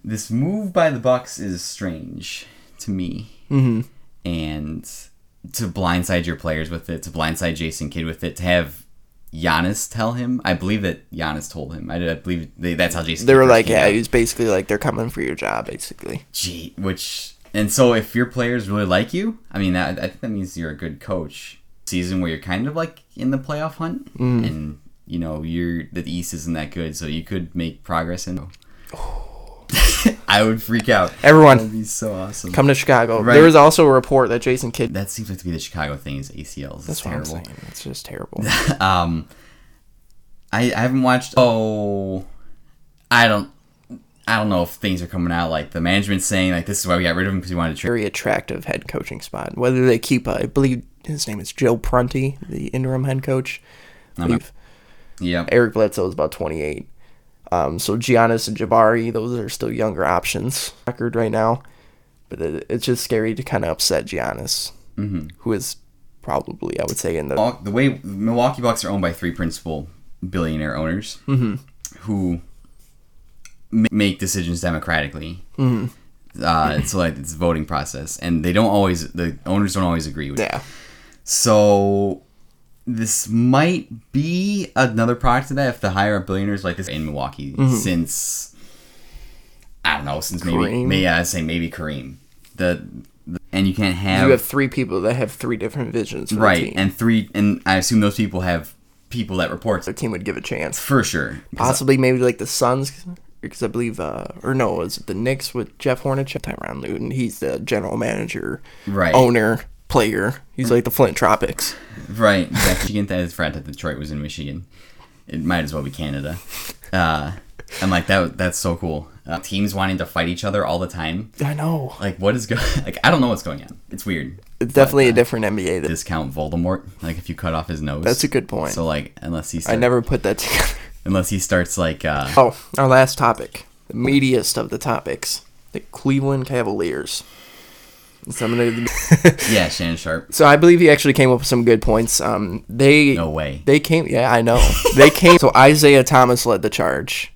Speaker 2: this move by the Bucks is strange to me, mm-hmm. and to blindside your players with it, to blindside Jason Kidd with it, to have Giannis tell him. I believe that Giannis told him. I, I believe they, that's how Jason.
Speaker 1: They
Speaker 2: Kidd
Speaker 1: were
Speaker 2: first
Speaker 1: like,
Speaker 2: came
Speaker 1: yeah,
Speaker 2: out.
Speaker 1: he was basically like, they're coming for your job, basically.
Speaker 2: Gee, which and so if your players really like you, I mean, that, I think that means you're a good coach. Season where you're kind of like in the playoff hunt,
Speaker 1: Mm.
Speaker 2: and you know you're the East isn't that good, so you could make progress. In I would freak out. That'd
Speaker 1: Everyone,
Speaker 2: be so awesome.
Speaker 1: come to Chicago.
Speaker 2: Right.
Speaker 1: There was also a report that Jason Kidd.
Speaker 2: That seems like to be the Chicago thing is ACLs. That's
Speaker 1: That's what I'm
Speaker 2: terrible.
Speaker 1: saying. It's just terrible.
Speaker 2: Um, I I haven't watched. Oh, I don't. I don't know if things are coming out like the management's saying like this is why we got rid of him because we wanted to trade.
Speaker 1: Very attractive head coaching spot. Whether they keep, uh, I believe his name is Joe Prunty, the interim head coach. I
Speaker 2: Uh-huh.
Speaker 1: believe
Speaker 2: Yeah,
Speaker 1: Eric Bledsoe is about 28. Um, so Giannis and Jabari, those are still younger options. Record right now, but it, it's just scary to kind of upset Giannis, who is probably, I would say, in the
Speaker 2: Mm-hmm. All- the way Milwaukee Bucks are owned by three principal billionaire owners
Speaker 1: Mm-hmm.
Speaker 2: who ma- make decisions democratically.
Speaker 1: Mm-hmm.
Speaker 2: Uh, it's like it's a voting process, and they don't always the owners don't always agree with. it.
Speaker 1: yeah.
Speaker 2: So this might be another product of that if the higher up billionaires like this in Milwaukee
Speaker 1: Mm-hmm.
Speaker 2: since I don't know since maybe
Speaker 1: Kareem?
Speaker 2: may I say maybe Kareem the, the and you can't have,
Speaker 1: You have three people that have three different visions. For The
Speaker 2: right
Speaker 1: team.
Speaker 2: and three and I assume those people have people that report
Speaker 1: the team would give a chance.
Speaker 2: for sure 'Cause
Speaker 1: Possibly maybe like the Suns, because I believe, uh, or no, was it the Knicks with Jeff Hornacek? Tyron Newton, he's the general manager,
Speaker 2: Right.
Speaker 1: owner, player. He's like the Flint Tropics.
Speaker 2: Right, exactly. Michigan. That is right. That Detroit was in Michigan. It might as well be Canada. Uh, I'm like that. That's so cool. Uh, teams wanting to fight each other all the time.
Speaker 1: I know.
Speaker 2: Like, what is going? Like, I don't know what's going on. It's weird.
Speaker 1: It's definitely a
Speaker 2: uh,
Speaker 1: different NBA. That,
Speaker 2: Discount Voldemort. Like, if you cut off his nose.
Speaker 1: that's a good point.
Speaker 2: So like, unless he
Speaker 1: I
Speaker 2: start,
Speaker 1: never put that together.
Speaker 2: unless he starts like, uh,
Speaker 1: Oh, our last topic, the meatiest of the topics, the Cleveland Cavaliers. So, I'm gonna-
Speaker 2: yeah, Shannon Sharp.
Speaker 1: so I believe he actually came up with some good points. Um, they
Speaker 2: No way.
Speaker 1: They came. Yeah, I know. they came. So Isaiah Thomas led the charge,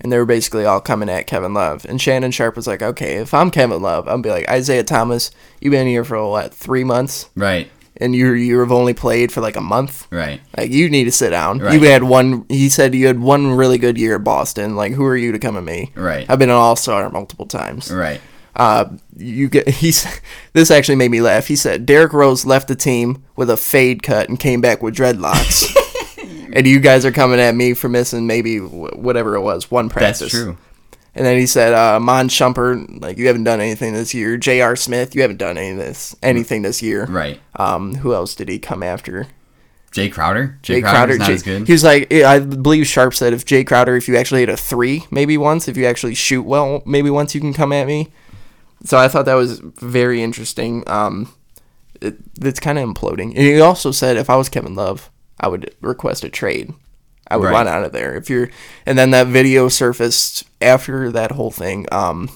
Speaker 1: and they were basically all coming at Kevin Love. And Shannon Sharp was like, "Okay, if I'm Kevin Love, I'm be like Isaiah Thomas. You've been here for what three months,
Speaker 2: Right.
Speaker 1: and you you have only played for like a month.
Speaker 2: Right.
Speaker 1: Like you need to sit down.
Speaker 2: Right.
Speaker 1: You had one. He said you had one really good year at Boston. Like who are you to come at me?
Speaker 2: Right.
Speaker 1: I've been an All Star multiple times.
Speaker 2: Right.
Speaker 1: Uh, you get he's this actually made me laugh. He said Derrick Rose left the team with a fade cut and came back with dreadlocks. and you guys are coming at me for missing maybe wh- whatever it was one
Speaker 2: That's
Speaker 1: practice.
Speaker 2: true.
Speaker 1: And then he said, uh, "Mon Shumpert, like you haven't done anything this year. J.R. Smith, you haven't done any of this anything this year.
Speaker 2: Right.
Speaker 1: Um, who else did he come after?
Speaker 2: Jay Crowder. Jay,
Speaker 1: Jay
Speaker 2: Crowder's
Speaker 1: Crowder.
Speaker 2: not
Speaker 1: Jay-
Speaker 2: as good.
Speaker 1: He was like, yeah, I believe Sharp said, if Jay Crowder, if you actually hit a three, maybe once, if you actually shoot well, maybe once you can come at me. So I thought that was very interesting. Um, it, it's kind of imploding. And he also said, if I was Kevin Love, I would request a trade. I would
Speaker 2: Right.
Speaker 1: run out of there. If you're, and then that video surfaced after that whole thing. Um,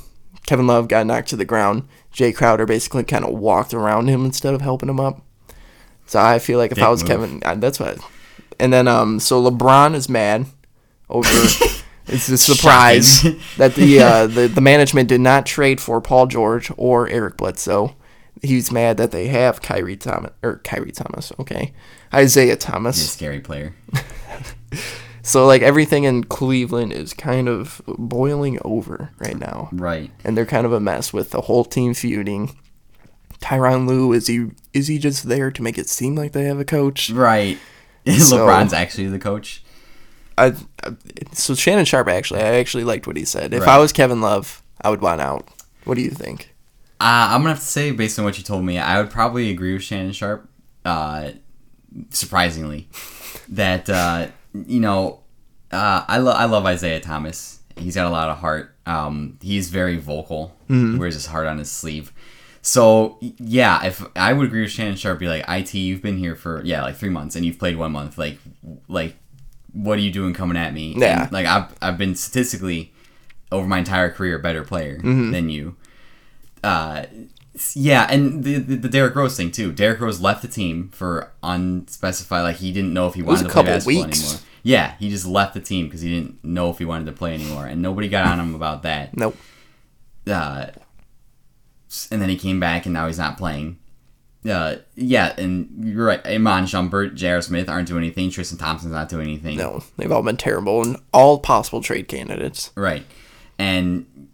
Speaker 1: Kevin Love got knocked to the ground. Jay Crowder basically kind of walked around him instead of helping him up. So I feel like if I
Speaker 2: Dick
Speaker 1: was
Speaker 2: move.
Speaker 1: Kevin, I, that's what. And then um, so LeBron is mad over. it's a surprise
Speaker 2: Shocking.
Speaker 1: that the, uh, the the management did not trade for Paul George or Eric Bledsoe. He's mad that they have Kyrie Thomas or Kyrie Thomas. Okay, Isaiah
Speaker 2: He's a
Speaker 1: Thomas.
Speaker 2: scary player.
Speaker 1: So like everything in Cleveland is kind of boiling over right now
Speaker 2: Right.
Speaker 1: and they're kind of a mess with the whole team feuding. Tyron Lue is he is he just there to make it seem like they have a coach?
Speaker 2: Right. LeBron's actually the coach.
Speaker 1: I, I so Shannon Sharp actually I actually liked what he said. If
Speaker 2: Right.
Speaker 1: I was Kevin Love, I would want out. What do you think?
Speaker 2: Uh, I'm gonna have to say, based on what you told me, I would probably agree with Shannon Sharp. Uh, surprisingly, that uh, you know, uh, I love I love Isaiah Thomas. He's got a lot of heart. Um, he's very vocal. Wears his heart on his sleeve. So y- yeah, if I would agree with Shannon Sharp, be like, "It, you've been here for yeah, like three months, and you've played one month. Like, like, what are you doing coming at me?
Speaker 1: Yeah.
Speaker 2: And, like I've I've been statistically over my entire career a better player than you. Uh, s- yeah, and the, the the Derrick Rose thing too. Derrick Rose left the team for unspecified. Like he didn't know if he
Speaker 1: was
Speaker 2: wanted
Speaker 1: a
Speaker 2: to play
Speaker 1: couple
Speaker 2: basketball
Speaker 1: weeks.
Speaker 2: anymore. Yeah, he just left the team because he didn't know if he wanted to play anymore, and nobody got on him about that.
Speaker 1: Nope.
Speaker 2: Uh, s- and then he came back, and now he's not playing. Uh, yeah, and you're right. Iman Shumpert, J.R. Smith aren't doing anything. Tristan Thompson's not doing anything.
Speaker 1: No, they've all been terrible and all possible trade candidates.
Speaker 2: Right. And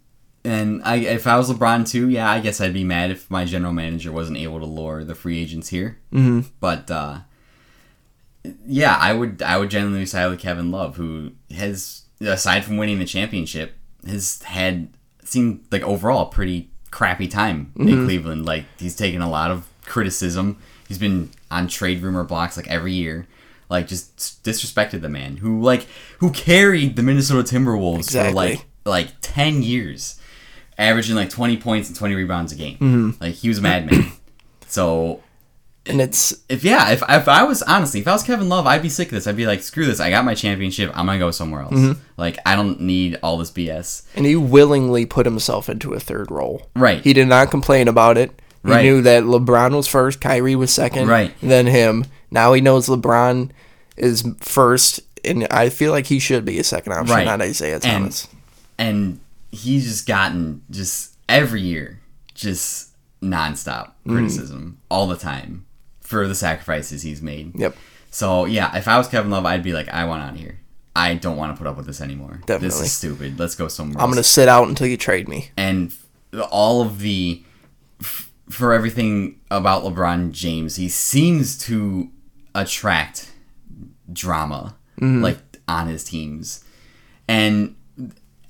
Speaker 2: and I if I was LeBron too, yeah, I guess I'd be mad if my general manager wasn't able to lure the free agents here. Mm-hmm. But uh, yeah, I would I would generally side with Kevin Love, who has aside from winning the championship, has had seemed like overall a pretty crappy time in Cleveland. Like he's taken a lot of criticism. He's been on trade rumor blocks like every year. Like just disrespected the man who like who carried the Minnesota Timberwolves
Speaker 1: Exactly.
Speaker 2: for like like ten years, averaging like twenty points and twenty rebounds a game. Like he was a madman. so
Speaker 1: And it's
Speaker 2: if yeah, if, if I was honestly, if I was Kevin Love, I'd be sick of this. I'd be like, screw this. I got my championship. I'm gonna go somewhere else.
Speaker 1: Mm-hmm.
Speaker 2: Like I don't need all this BS.
Speaker 1: and he willingly put himself into a third role.
Speaker 2: Right.
Speaker 1: He did not complain about it. He
Speaker 2: Right.
Speaker 1: knew that LeBron was first, Kyrie was second,
Speaker 2: Right.
Speaker 1: then him. Now he knows LeBron is first, and I feel like he should be a second option,
Speaker 2: Right.
Speaker 1: not Isaiah Thomas.
Speaker 2: and he's just gotten just every year just nonstop
Speaker 1: Mm-hmm.
Speaker 2: criticism all the time for the sacrifices he's made.
Speaker 1: Yep.
Speaker 2: So yeah, if I was Kevin Love, I'd be like, I want out of here. I don't want to put up with this anymore. This
Speaker 1: Definitely.
Speaker 2: is stupid. Let's go somewhere.
Speaker 1: I'm
Speaker 2: else.
Speaker 1: gonna sit out until you trade me.
Speaker 2: and f- all of the f- for everything about LeBron James, he seems to attract drama like on his teams, and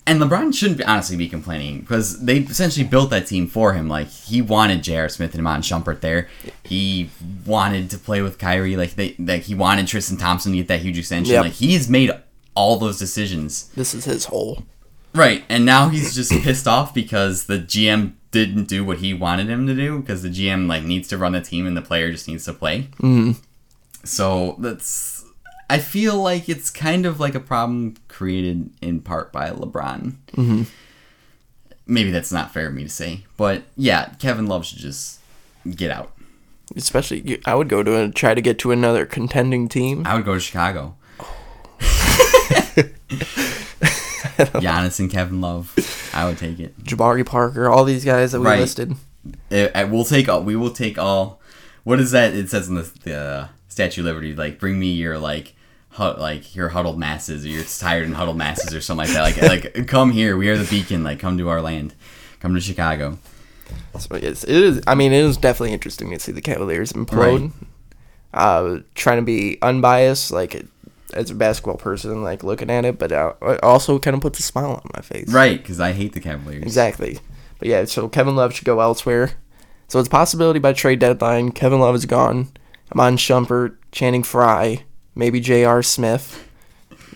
Speaker 2: and LeBron shouldn't be, honestly be complaining because they essentially built that team for him. Like he wanted J.R. Smith and Amon Shumpert there. He wanted to play with Kyrie. Like they like he wanted Tristan Thompson to get that huge extension.
Speaker 1: Yep.
Speaker 2: Like he's made all those decisions.
Speaker 1: This is his hole.
Speaker 2: Right, and now he's just pissed off because the GM didn't do what he wanted him to do because the GM like needs to run the team and the player just needs to play. Mm. So that's I feel like it's kind of like a problem created in part by LeBron. Mm-hmm. Maybe that's not fair of me to say, but yeah, Kevin Love should just get out.
Speaker 1: Especially, you, I would go to and try to get to another contending team.
Speaker 2: I would go to Chicago. Giannis and Kevin Love, I would take it.
Speaker 1: Jabari Parker, all these guys that we
Speaker 2: Right.
Speaker 1: listed.
Speaker 2: It, I- we'll take all. We will take all. What is that? It says in the, the Statue of Liberty, like, bring me your like, hu- like your huddled masses, or your tired and huddled masses, or something like that. Like, like come here. We are the beacon. Like, come to our land. Come to Chicago.
Speaker 1: So it's, it is. I mean, it is definitely interesting to see the Cavaliers implode. Uh, trying to be unbiased, like as a basketball person, like looking at it, but uh, it also kind of puts a smile on my face.
Speaker 2: Right, because I hate the Cavaliers.
Speaker 1: Exactly. But yeah, so Kevin Love should go elsewhere. So it's a possibility by trade deadline. Kevin Love is gone. Amon Shumpert, Channing Frye, maybe J.R. Smith.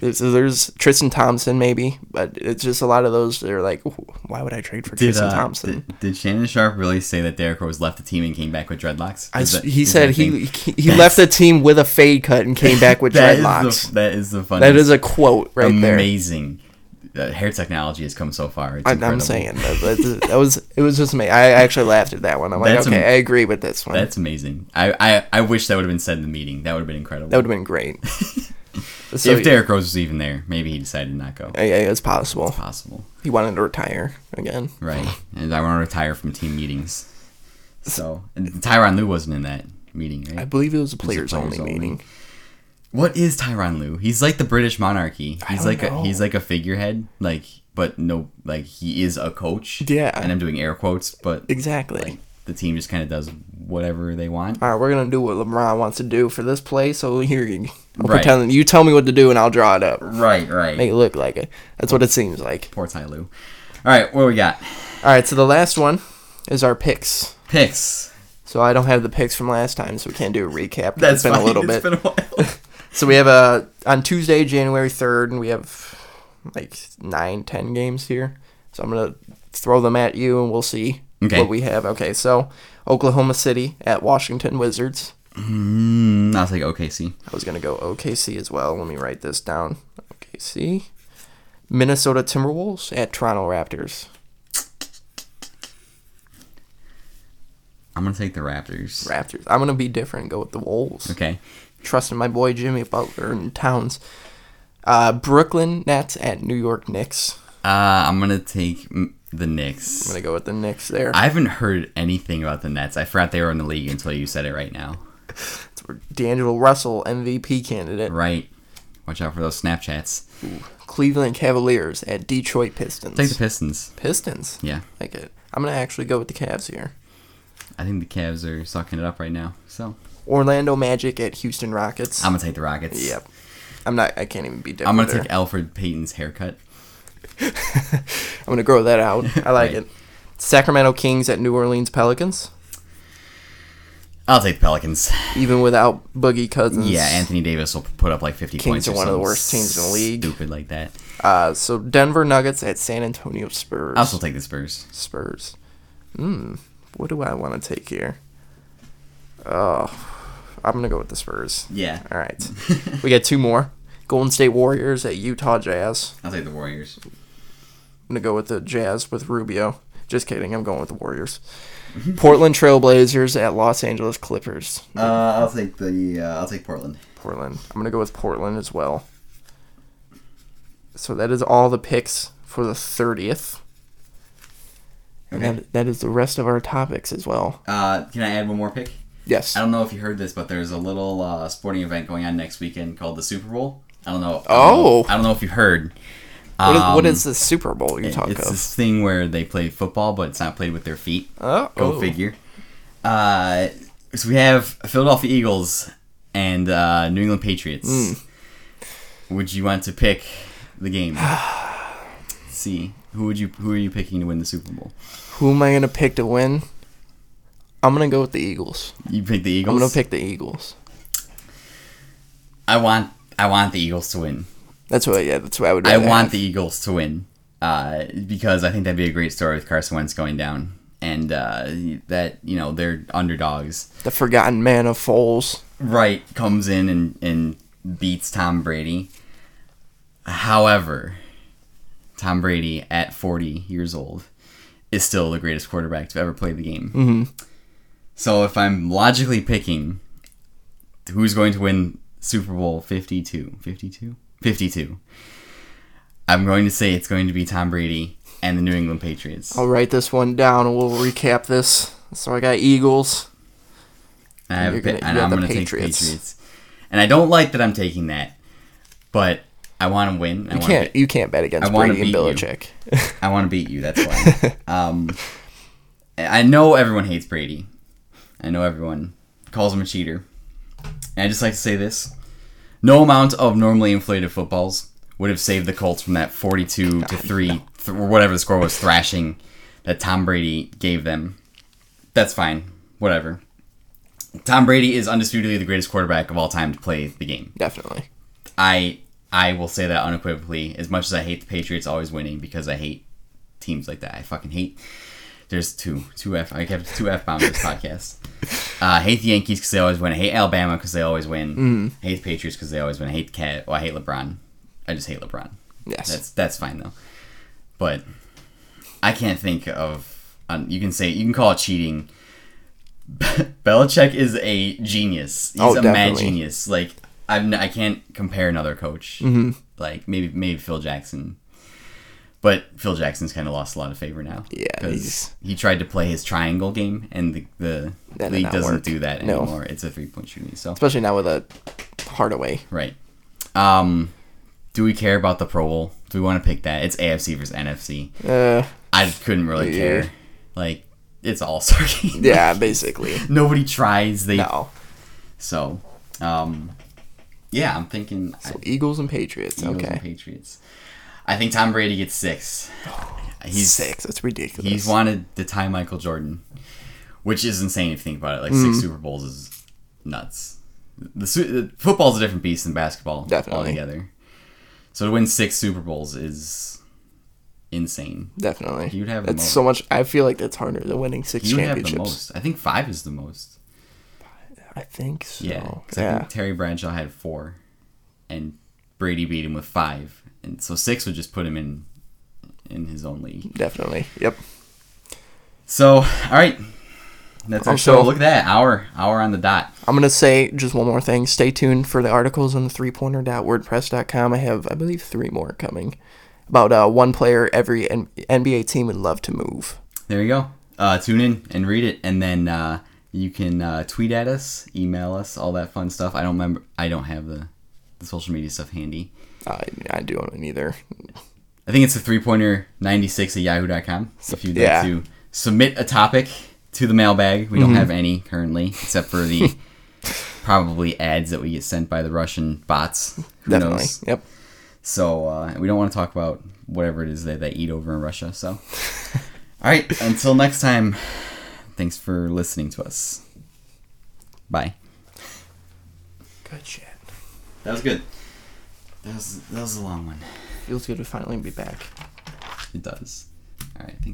Speaker 1: There's, there's Tristan Thompson, maybe, but it's just a lot of those that are like, "Ooh, why would I trade for
Speaker 2: Did,
Speaker 1: Tristan
Speaker 2: uh,
Speaker 1: Thompson?
Speaker 2: did, did Shannon Sharp really say that Derrick Rose left the team and came back with dreadlocks?
Speaker 1: I
Speaker 2: Is
Speaker 1: s
Speaker 2: that-
Speaker 1: he
Speaker 2: is
Speaker 1: said
Speaker 2: that a thing?
Speaker 1: he he, he left the team with a fade cut and came back with
Speaker 2: That is
Speaker 1: dreadlocks.
Speaker 2: the, that is the funny.
Speaker 1: that is a quote right there.
Speaker 2: amazing. Uh, hair technology has come so far. It's
Speaker 1: I, I'm
Speaker 2: incredible.
Speaker 1: saying that, that, that was it was just me. I actually laughed at that one. I'm like,
Speaker 2: That's am-
Speaker 1: okay, I agree with this one.
Speaker 2: That's amazing. I, I, I wish that would have been said in the meeting. That would have been incredible.
Speaker 1: that would have been great. so,
Speaker 2: if Derrick Rose was even there, maybe he decided to not go.
Speaker 1: yeah, yeah, it's possible.
Speaker 2: Possible,
Speaker 1: He wanted to retire again.
Speaker 2: right? And I want to retire from team meetings. So and Tyronn Lue wasn't in that meeting,
Speaker 1: I
Speaker 2: right?
Speaker 1: believe it was a players, only,
Speaker 2: players-only.
Speaker 1: meeting.
Speaker 2: What is Tyronn Lue? He's like the British monarchy. He's
Speaker 1: don't
Speaker 2: like a
Speaker 1: know.
Speaker 2: he's like a figurehead, like but no, like he is a coach.
Speaker 1: Yeah.
Speaker 2: and I'm doing air quotes, but
Speaker 1: Exactly.
Speaker 2: like the team just kind of does whatever they want.
Speaker 1: All right, we're gonna do what LeBron wants to do for this play. So here you, I'll
Speaker 2: Right.
Speaker 1: pretend you tell me what to do and I'll draw it up.
Speaker 2: Right, right.
Speaker 1: Make it look like it. That's what it seems like.
Speaker 2: Poor Ty Lue. All right, what do we got?
Speaker 1: All right, so the last one is our picks.
Speaker 2: Picks.
Speaker 1: So I don't have the picks from last time, so we can't do a recap.
Speaker 2: That's
Speaker 1: it's been
Speaker 2: fine.
Speaker 1: a little
Speaker 2: It's
Speaker 1: bit.
Speaker 2: been a while.
Speaker 1: So we have a on Tuesday, January third, and we have like nine, ten games here. So I'm gonna throw them at you, and we'll see
Speaker 2: Okay.
Speaker 1: what we have. Okay, so Oklahoma City at Washington Wizards.
Speaker 2: mm, I was like, okay, see,
Speaker 1: I was gonna go OKC as well. Let me write this down. OKC, Minnesota Timberwolves at Toronto Raptors.
Speaker 2: I'm gonna take the Raptors.
Speaker 1: Raptors. I'm gonna be different and go with the Wolves.
Speaker 2: Okay,
Speaker 1: Trusting my boy Jimmy Butler and Towns. Uh, Brooklyn Nets at New York Knicks.
Speaker 2: uh, I'm gonna take mm, the
Speaker 1: I'm
Speaker 2: Knicks.
Speaker 1: gonna go with the Knicks there.
Speaker 2: I haven't heard anything about the Nets. I forgot they were in the league until you said it right now.
Speaker 1: It's where D'Angelo Russell MVP candidate.
Speaker 2: Right. Watch out for those Snapchats.
Speaker 1: Cleveland Cavaliers at Detroit Pistons.
Speaker 2: Take the Pistons.
Speaker 1: Pistons.
Speaker 2: Yeah.
Speaker 1: Like it. I'm gonna actually go with the Cavs here.
Speaker 2: I think the Cavs are sucking it up right now. So
Speaker 1: Orlando Magic at Houston Rockets.
Speaker 2: I'm gonna take the Rockets.
Speaker 1: yep. I'm not. I can't even be different.
Speaker 2: I'm gonna
Speaker 1: there.
Speaker 2: take Alfred Payton's haircut.
Speaker 1: I'm gonna grow that out. I like
Speaker 2: Right.
Speaker 1: it. Sacramento Kings at New Orleans Pelicans.
Speaker 2: I'll take the Pelicans.
Speaker 1: Even without Boogie Cousins.
Speaker 2: Yeah, Anthony Davis will put up like 50
Speaker 1: Kings
Speaker 2: points.
Speaker 1: are
Speaker 2: or
Speaker 1: one of the
Speaker 2: something
Speaker 1: worst teams in the league.
Speaker 2: Stupid like that.
Speaker 1: Uh, so Denver Nuggets at San Antonio Spurs.
Speaker 2: I'll still take the Spurs.
Speaker 1: Spurs. Hmm. What do I want to take here? Oh, I'm gonna go with the Spurs.
Speaker 2: Yeah.
Speaker 1: All right. we got two more. Golden State Warriors at Utah Jazz.
Speaker 2: I'll take the Warriors.
Speaker 1: I'm gonna go with the Jazz with Rubio. Just kidding. I'm going with the Warriors. Portland Trailblazers at Los Angeles Clippers.
Speaker 2: Uh, I'll take the. Uh, I'll take Portland.
Speaker 1: Portland. I'm gonna go with Portland as well. So that is all the picks for the thirtieth. And
Speaker 2: Okay.
Speaker 1: that, that is the rest of our topics as well.
Speaker 2: Uh, can I add one more pick?
Speaker 1: Yes.
Speaker 2: I don't know if you heard this, but there's a little uh, sporting event going on next weekend called the Super Bowl. I don't know. I don't know-
Speaker 1: Oh.
Speaker 2: I don't know if you heard.
Speaker 1: What is, what
Speaker 2: Um,
Speaker 1: is the Super Bowl you talk
Speaker 2: It's
Speaker 1: of?
Speaker 2: this thing where they play football, but it's not played with their feet.
Speaker 1: oh,
Speaker 2: Go figure. Uh, so we have Philadelphia Eagles and uh, New England Patriots.
Speaker 1: Hmm.
Speaker 2: Would you want to pick the game? See who would you who are you picking to win the Super Bowl?
Speaker 1: Who am I gonna pick to win? I'm gonna go with the Eagles.
Speaker 2: You pick the
Speaker 1: I'm
Speaker 2: Eagles.
Speaker 1: gonna pick the Eagles.
Speaker 2: I want I want the Eagles to win.
Speaker 1: That's what. Yeah, that's what I would.
Speaker 2: I
Speaker 1: rather
Speaker 2: want
Speaker 1: have.
Speaker 2: the Eagles to win uh, because I think that'd be a great story with Carson Wentz going down and uh, that you know they're underdogs.
Speaker 1: the forgotten man of Foles.
Speaker 2: Right comes in and, and beats Tom Brady. However, Tom Brady at 40 years old is still the greatest quarterback to ever play the game. Mm-hmm. So if I'm logically picking who's going to win Super Bowl 52, 52, 52, I'm going to say it's going to be Tom Brady and the New England Patriots.
Speaker 1: I'll write this one down and we'll recap this. So I got Eagles.
Speaker 2: And I have,
Speaker 1: You're
Speaker 2: a pi-
Speaker 1: gonna- you
Speaker 2: and
Speaker 1: have
Speaker 2: I'm going
Speaker 1: the
Speaker 2: to take the
Speaker 1: Patriots.
Speaker 2: Patriots. And I don't like that I'm taking that, but I want to win. I
Speaker 1: You
Speaker 2: want
Speaker 1: can't.
Speaker 2: To,
Speaker 1: You can't bet against
Speaker 2: I wanna
Speaker 1: Brady and
Speaker 2: beat you.
Speaker 1: Belichick.
Speaker 2: I want to beat you. That's why. um, I know everyone hates Brady. I know everyone calls him a cheater. And I just like to say this: no amount of normally inflated footballs would have saved the Colts from that 42 to three, th- or whatever the score was, thrashing that Tom Brady gave them. That's fine. Whatever. Tom Brady is undisputedly the greatest quarterback of all time to play the game.
Speaker 1: Definitely.
Speaker 2: I I will say that unequivocally. As much as I hate the Patriots always winning because I hate teams like that. I fucking hate. There's two two f. I kept two f bombs this podcast. Uh, I hate the Yankees because they always win. I hate Alabama because they always win. I hate the Patriots because they always win. I hate the Cat. Well, I hate LeBron. I just hate LeBron.
Speaker 1: Yes.
Speaker 2: That's that's fine though. But I can't think of. Um, you can say you can call it cheating. Belichick is a genius. He's
Speaker 1: Oh,
Speaker 2: a mad
Speaker 1: definitely.
Speaker 2: genius. Like I'm, n- I can't compare another coach.
Speaker 1: Mm-hmm.
Speaker 2: Like maybe maybe Phil Jackson, but Phil Jackson's kind of lost a lot of favor now.
Speaker 1: Yeah, he's-
Speaker 2: because he tried to play his triangle game, and the the
Speaker 1: That did
Speaker 2: league
Speaker 1: not
Speaker 2: doesn't
Speaker 1: work.
Speaker 2: do that
Speaker 1: No.
Speaker 2: anymore. It's a three point shooting. So
Speaker 1: Especially now with a Hardaway.
Speaker 2: Right. Um, do we care about the Pro Bowl? Do we want to pick that? It's AFC versus NFC.
Speaker 1: Uh,
Speaker 2: I couldn't really
Speaker 1: Yeah.
Speaker 2: care. Like, it's all star game.
Speaker 1: yeah, basically.
Speaker 2: Nobody tries. They
Speaker 1: No.
Speaker 2: so. Um, yeah, I'm thinking I-
Speaker 1: So Eagles and Patriots.
Speaker 2: Eagles
Speaker 1: okay.
Speaker 2: and Patriots. I think Tom Brady gets six. He's
Speaker 1: six. That's ridiculous.
Speaker 2: He's wanted to tie Michael Jordan, which is insane if you think about it. Like
Speaker 1: Mm-hmm.
Speaker 2: six Super Bowls is nuts. The, su- the football's a different beast than basketball
Speaker 1: Definitely.
Speaker 2: altogether. So to win six Super Bowls is insane.
Speaker 1: Definitely.
Speaker 2: You'd have the
Speaker 1: That's
Speaker 2: most.
Speaker 1: so much. I feel like that's harder than winning six
Speaker 2: You have the
Speaker 1: championships.
Speaker 2: most. I think five is the most.
Speaker 1: I think so.
Speaker 2: Yeah.
Speaker 1: Oh, Yeah.
Speaker 2: 'cause I think Terry Bradshaw had four, and Brady beat him with five, and so six would just put him in in his own league.
Speaker 1: definitely. Yep.
Speaker 2: So all right, that's our
Speaker 1: Also-
Speaker 2: show. Look at that hour hour on the dot.
Speaker 1: I'm gonna say just one more thing. Stay tuned for the articles on the three pointer.wordpress.com. I have, I believe, three more coming about uh, one player every N- NBA team would love to move.
Speaker 2: There you go. Uh, tune in and read it, and then uh, you can uh, tweet at us, email us, all that fun stuff. I don't remember. I don't have the the social media stuff handy.
Speaker 1: I I don't either.
Speaker 2: I think it's a three pointer 96 at yahoo.com. So if you'd
Speaker 1: yeah. Mm-hmm.
Speaker 2: like to submit a topic to the mailbag, we don't have any currently, except for the probably ads that we get sent by the Russian bots. Who
Speaker 1: Definitely.
Speaker 2: knows?
Speaker 1: Yep.
Speaker 2: So uh, we don't want to talk about whatever it is that they eat over in Russia. So, all right, until next time, thanks for listening to us. Bye.
Speaker 1: Good shit.
Speaker 2: That was good. That was, that was a long one.
Speaker 1: Feels good to finally be back.
Speaker 2: It does. All right, I think